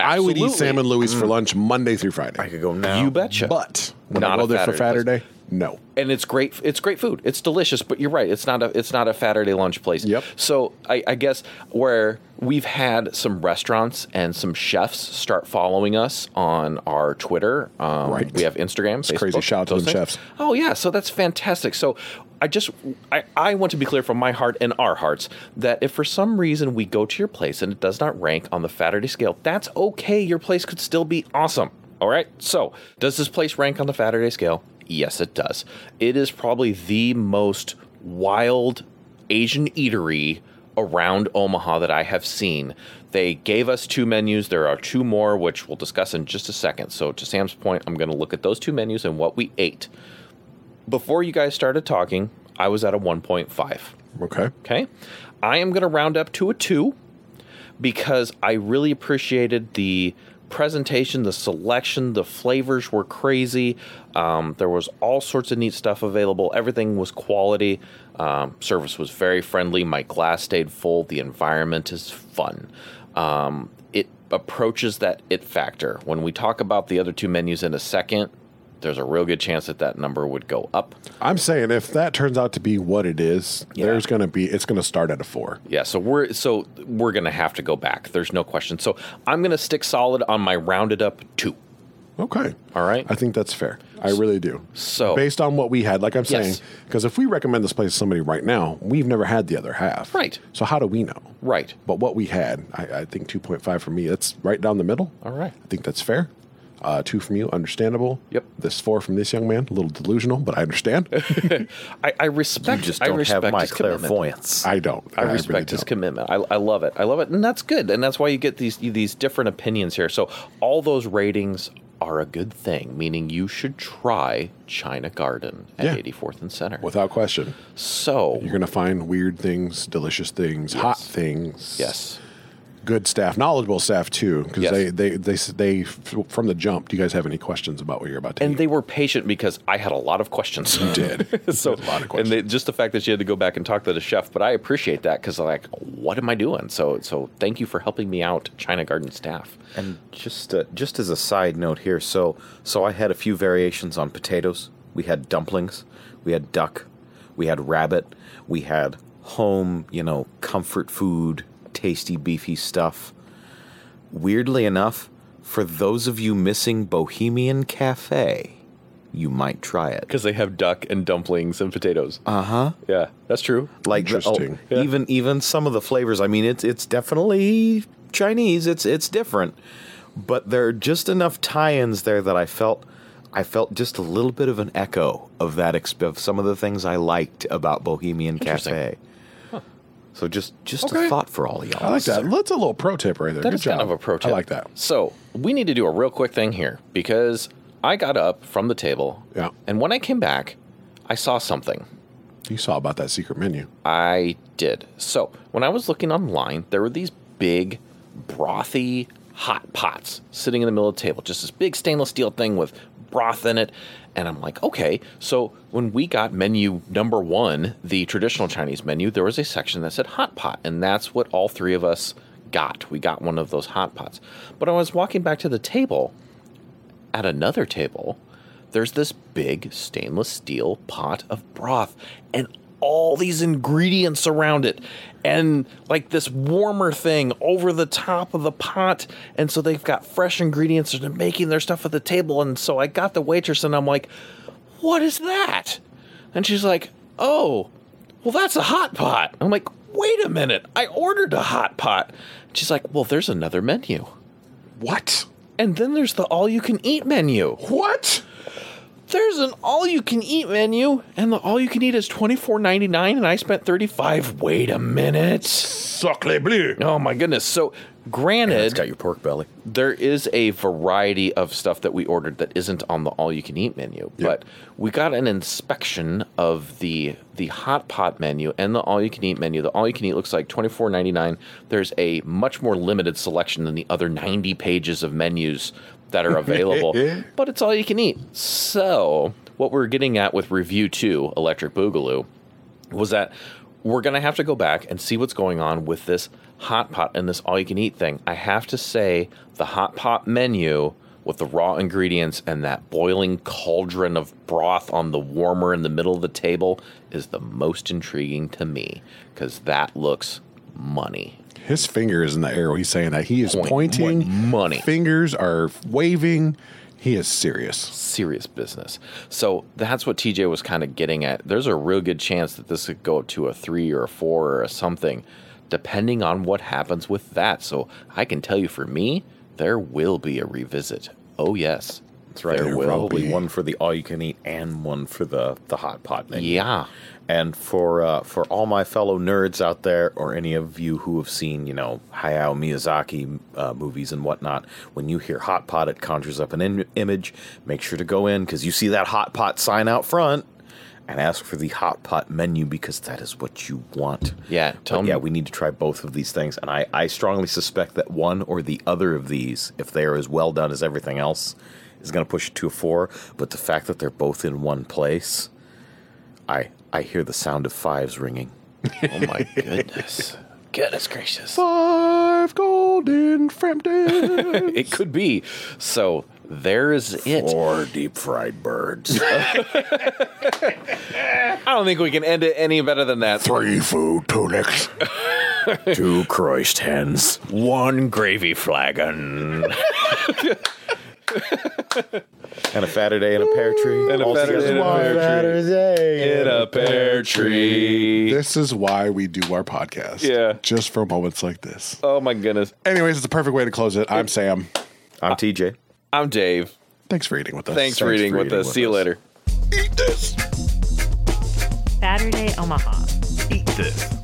I would eat Absolutely. Mm. Sam and Louis for lunch Monday through Friday. I could go now. You betcha. But when I Not go a there for Saturday Saturday, no. and it's great. It's great food. It's delicious. But you're right. It's not a. It's not a Saturday lunch place. Yep. So I, I guess where we've had some restaurants and some chefs start following us on our Twitter. Um, Right. We have Instagram. Facebook, crazy. Shout out to those them things. chefs. Oh yeah. So that's fantastic. So. I just I, I want to be clear from my heart and our hearts that if for some reason we go to your place and it does not rank on the Saturday scale, that's okay. Your place could still be awesome. All right. So, does this place rank on the Saturday scale? Yes, it does. It is probably the most wild Asian eatery around Omaha that I have seen. They gave us two menus. There are two more, which we'll discuss in just a second. So, to Sam's point, I'm going to look at those two menus and what we ate. Before you guys started talking, I was at a 1.5. Okay. Okay. I am going to round up to a two because I really appreciated the presentation, the selection, the flavors were crazy. Um, there was all sorts of neat stuff available. Everything was quality. Um, service was very friendly. My glass stayed full. The environment is fun. Um, it approaches that it factor. When we talk about the other two menus in a second, there's a real good chance that that number would go up. I'm saying if that turns out to be what it is, there's going to be, it's going to start at a four. Yeah, so we're so we're gonna have to go back. There's no question. So I'm gonna stick solid on my rounded up two. Okay. All right. I think that's fair. I really do. So- based on what we had, like I'm saying, Yes. because if we recommend this place to somebody right now, we've never had the other half. Right. So how do we know? Right. But what we had, I, I think 2.5 for me. That's right down the middle. All right. [laughs] I think that's fair. Uh, two from you, understandable. Yep. This four from this young man, a little delusional, but I understand. [laughs] I, I respect. You just I don't respect have my his commitment. clairvoyance. I don't. I really respect his don't. commitment. I, I love it. I love it, and that's good. And that's why you get these these different opinions here. So all those ratings are a good thing, meaning you should try China Garden at Yeah. 84th and Center. Without question, so you're going to find weird things, delicious things, hot things. yes, good staff, knowledgeable staff too, because Yes. they, they they s- they f- from the jump. Do you guys have any questions about what you're about to? and eat? they were patient because I had a lot of questions. [laughs] You did. so You had a lot of and questions. they, just the fact that she had to go back and talk to the chef, but I appreciate that because like, what am I doing? So so thank you for helping me out, China Garden staff. And just uh, just as a side note here, so so I had a few variations on potatoes. We had dumplings, we had duck, we had rabbit, we had home, you know, comfort food, tasty beefy stuff. Weirdly enough, for those of you missing Bohemian Cafe, you might try it. Because they have duck and dumplings and potatoes. Uh huh. Uh-huh. Yeah, that's true. like the- oh, Interesting. Yeah. even even some of the flavors. I mean, it's it's definitely Chinese. It's it's different, but there are just enough tie-ins there that I felt I felt just a little bit of an echo of that exp- of some of the things I liked about Bohemian Cafe. So just just Okay. a thought for all of y'all. I like that. That's a little pro tip right there. That Good is job. kind of a pro tip. I like that. So we need to do a real quick thing here because I got up from the table. Yeah. And when I came back, I saw something. You saw about that secret menu. I did. So when I was looking online, there were these big, brothy hot pots sitting in the middle of the table, just this big stainless steel thing with broth in it. And I'm like, okay. So when we got menu number one, the traditional Chinese menu, there was a section that said hot pot. And that's what all three of us got. We got one of those hot pots. But I was walking back to the table at another table, there's this big stainless steel pot of broth and all these ingredients around it and like this warmer thing over the top of the pot and so they've got fresh ingredients and they're making their stuff at the table and so I got the waitress and I'm like what is that and she's like oh well that's a hot pot I'm like wait a minute I ordered a hot pot she's like well there's another menu What? and then there's the all you can eat menu What? there's an all you can eat menu, and the all you can eat is twenty four ninety nine, and I spent thirty five. Wait a minute! Sacre bleu. Oh my goodness! So, It's got granted, your pork belly. there is a variety of stuff that we ordered that isn't on the all you can eat menu, but we got an inspection of the the hot pot menu and the all you can eat menu. The all you can eat looks like twenty four ninety nine. There's a much more limited selection than the other ninety pages of menus that are [laughs] available but it's all you can eat. So, what we're getting at with review two, Electric Boogaloo, was that we're going to have to go back and see what's going on with this hot pot and this all you can eat thing. I have to say, the hot pot menu with the raw ingredients and that boiling cauldron of broth on the warmer in the middle of the table is the most intriguing to me because that looks money. His finger is in the arrow. He's saying that he is Point- pointing. point money. Fingers are waving. He is serious. serious business. So that's what TJ was kind of getting at. There's a real good chance that this could go up to a three or a four or a something, depending on what happens with that. So I can tell you for me, there will be a revisit. Oh, yes. That's right. There will probably be. one for the all you can eat and one for the the hot pot menu. Yeah. And for uh, for all my fellow nerds out there, or any of you who have seen, you know, Hayao Miyazaki uh, movies and whatnot, when you hear hot pot, it conjures up an in- image. Make sure to go in because you see that hot pot sign out front, and ask for the hot pot menu because that is what you want. Yeah, tell But 'em- yeah, we need to try both of these things, and I I strongly suspect that one or the other of these, if they are as well done as everything else, is going to push it to a four. But the fact that they're both in one place. I I hear the sound of fives ringing. Oh, [laughs] my goodness. Goodness gracious. Five golden [laughs] Frampton. It could be. So there is it. Or deep fried birds. I don't think we can end it any better than that. Three food tunics. Two Christ hens. One gravy flagon. And a Saturday and a pear tree. And a All Saturday together. and a pear tree. Saturday. In a pear tree. This is why we do our podcast. Yeah. Just for moments like this. Oh, my goodness. Anyways, it's a perfect way to close it. I'm Sam. I'm TJ. I'm Dave. Thanks for eating with us. Thanks, for Thanks eating for with eating us. with See you us. later. Eat this. Saturday Omaha. Eat this.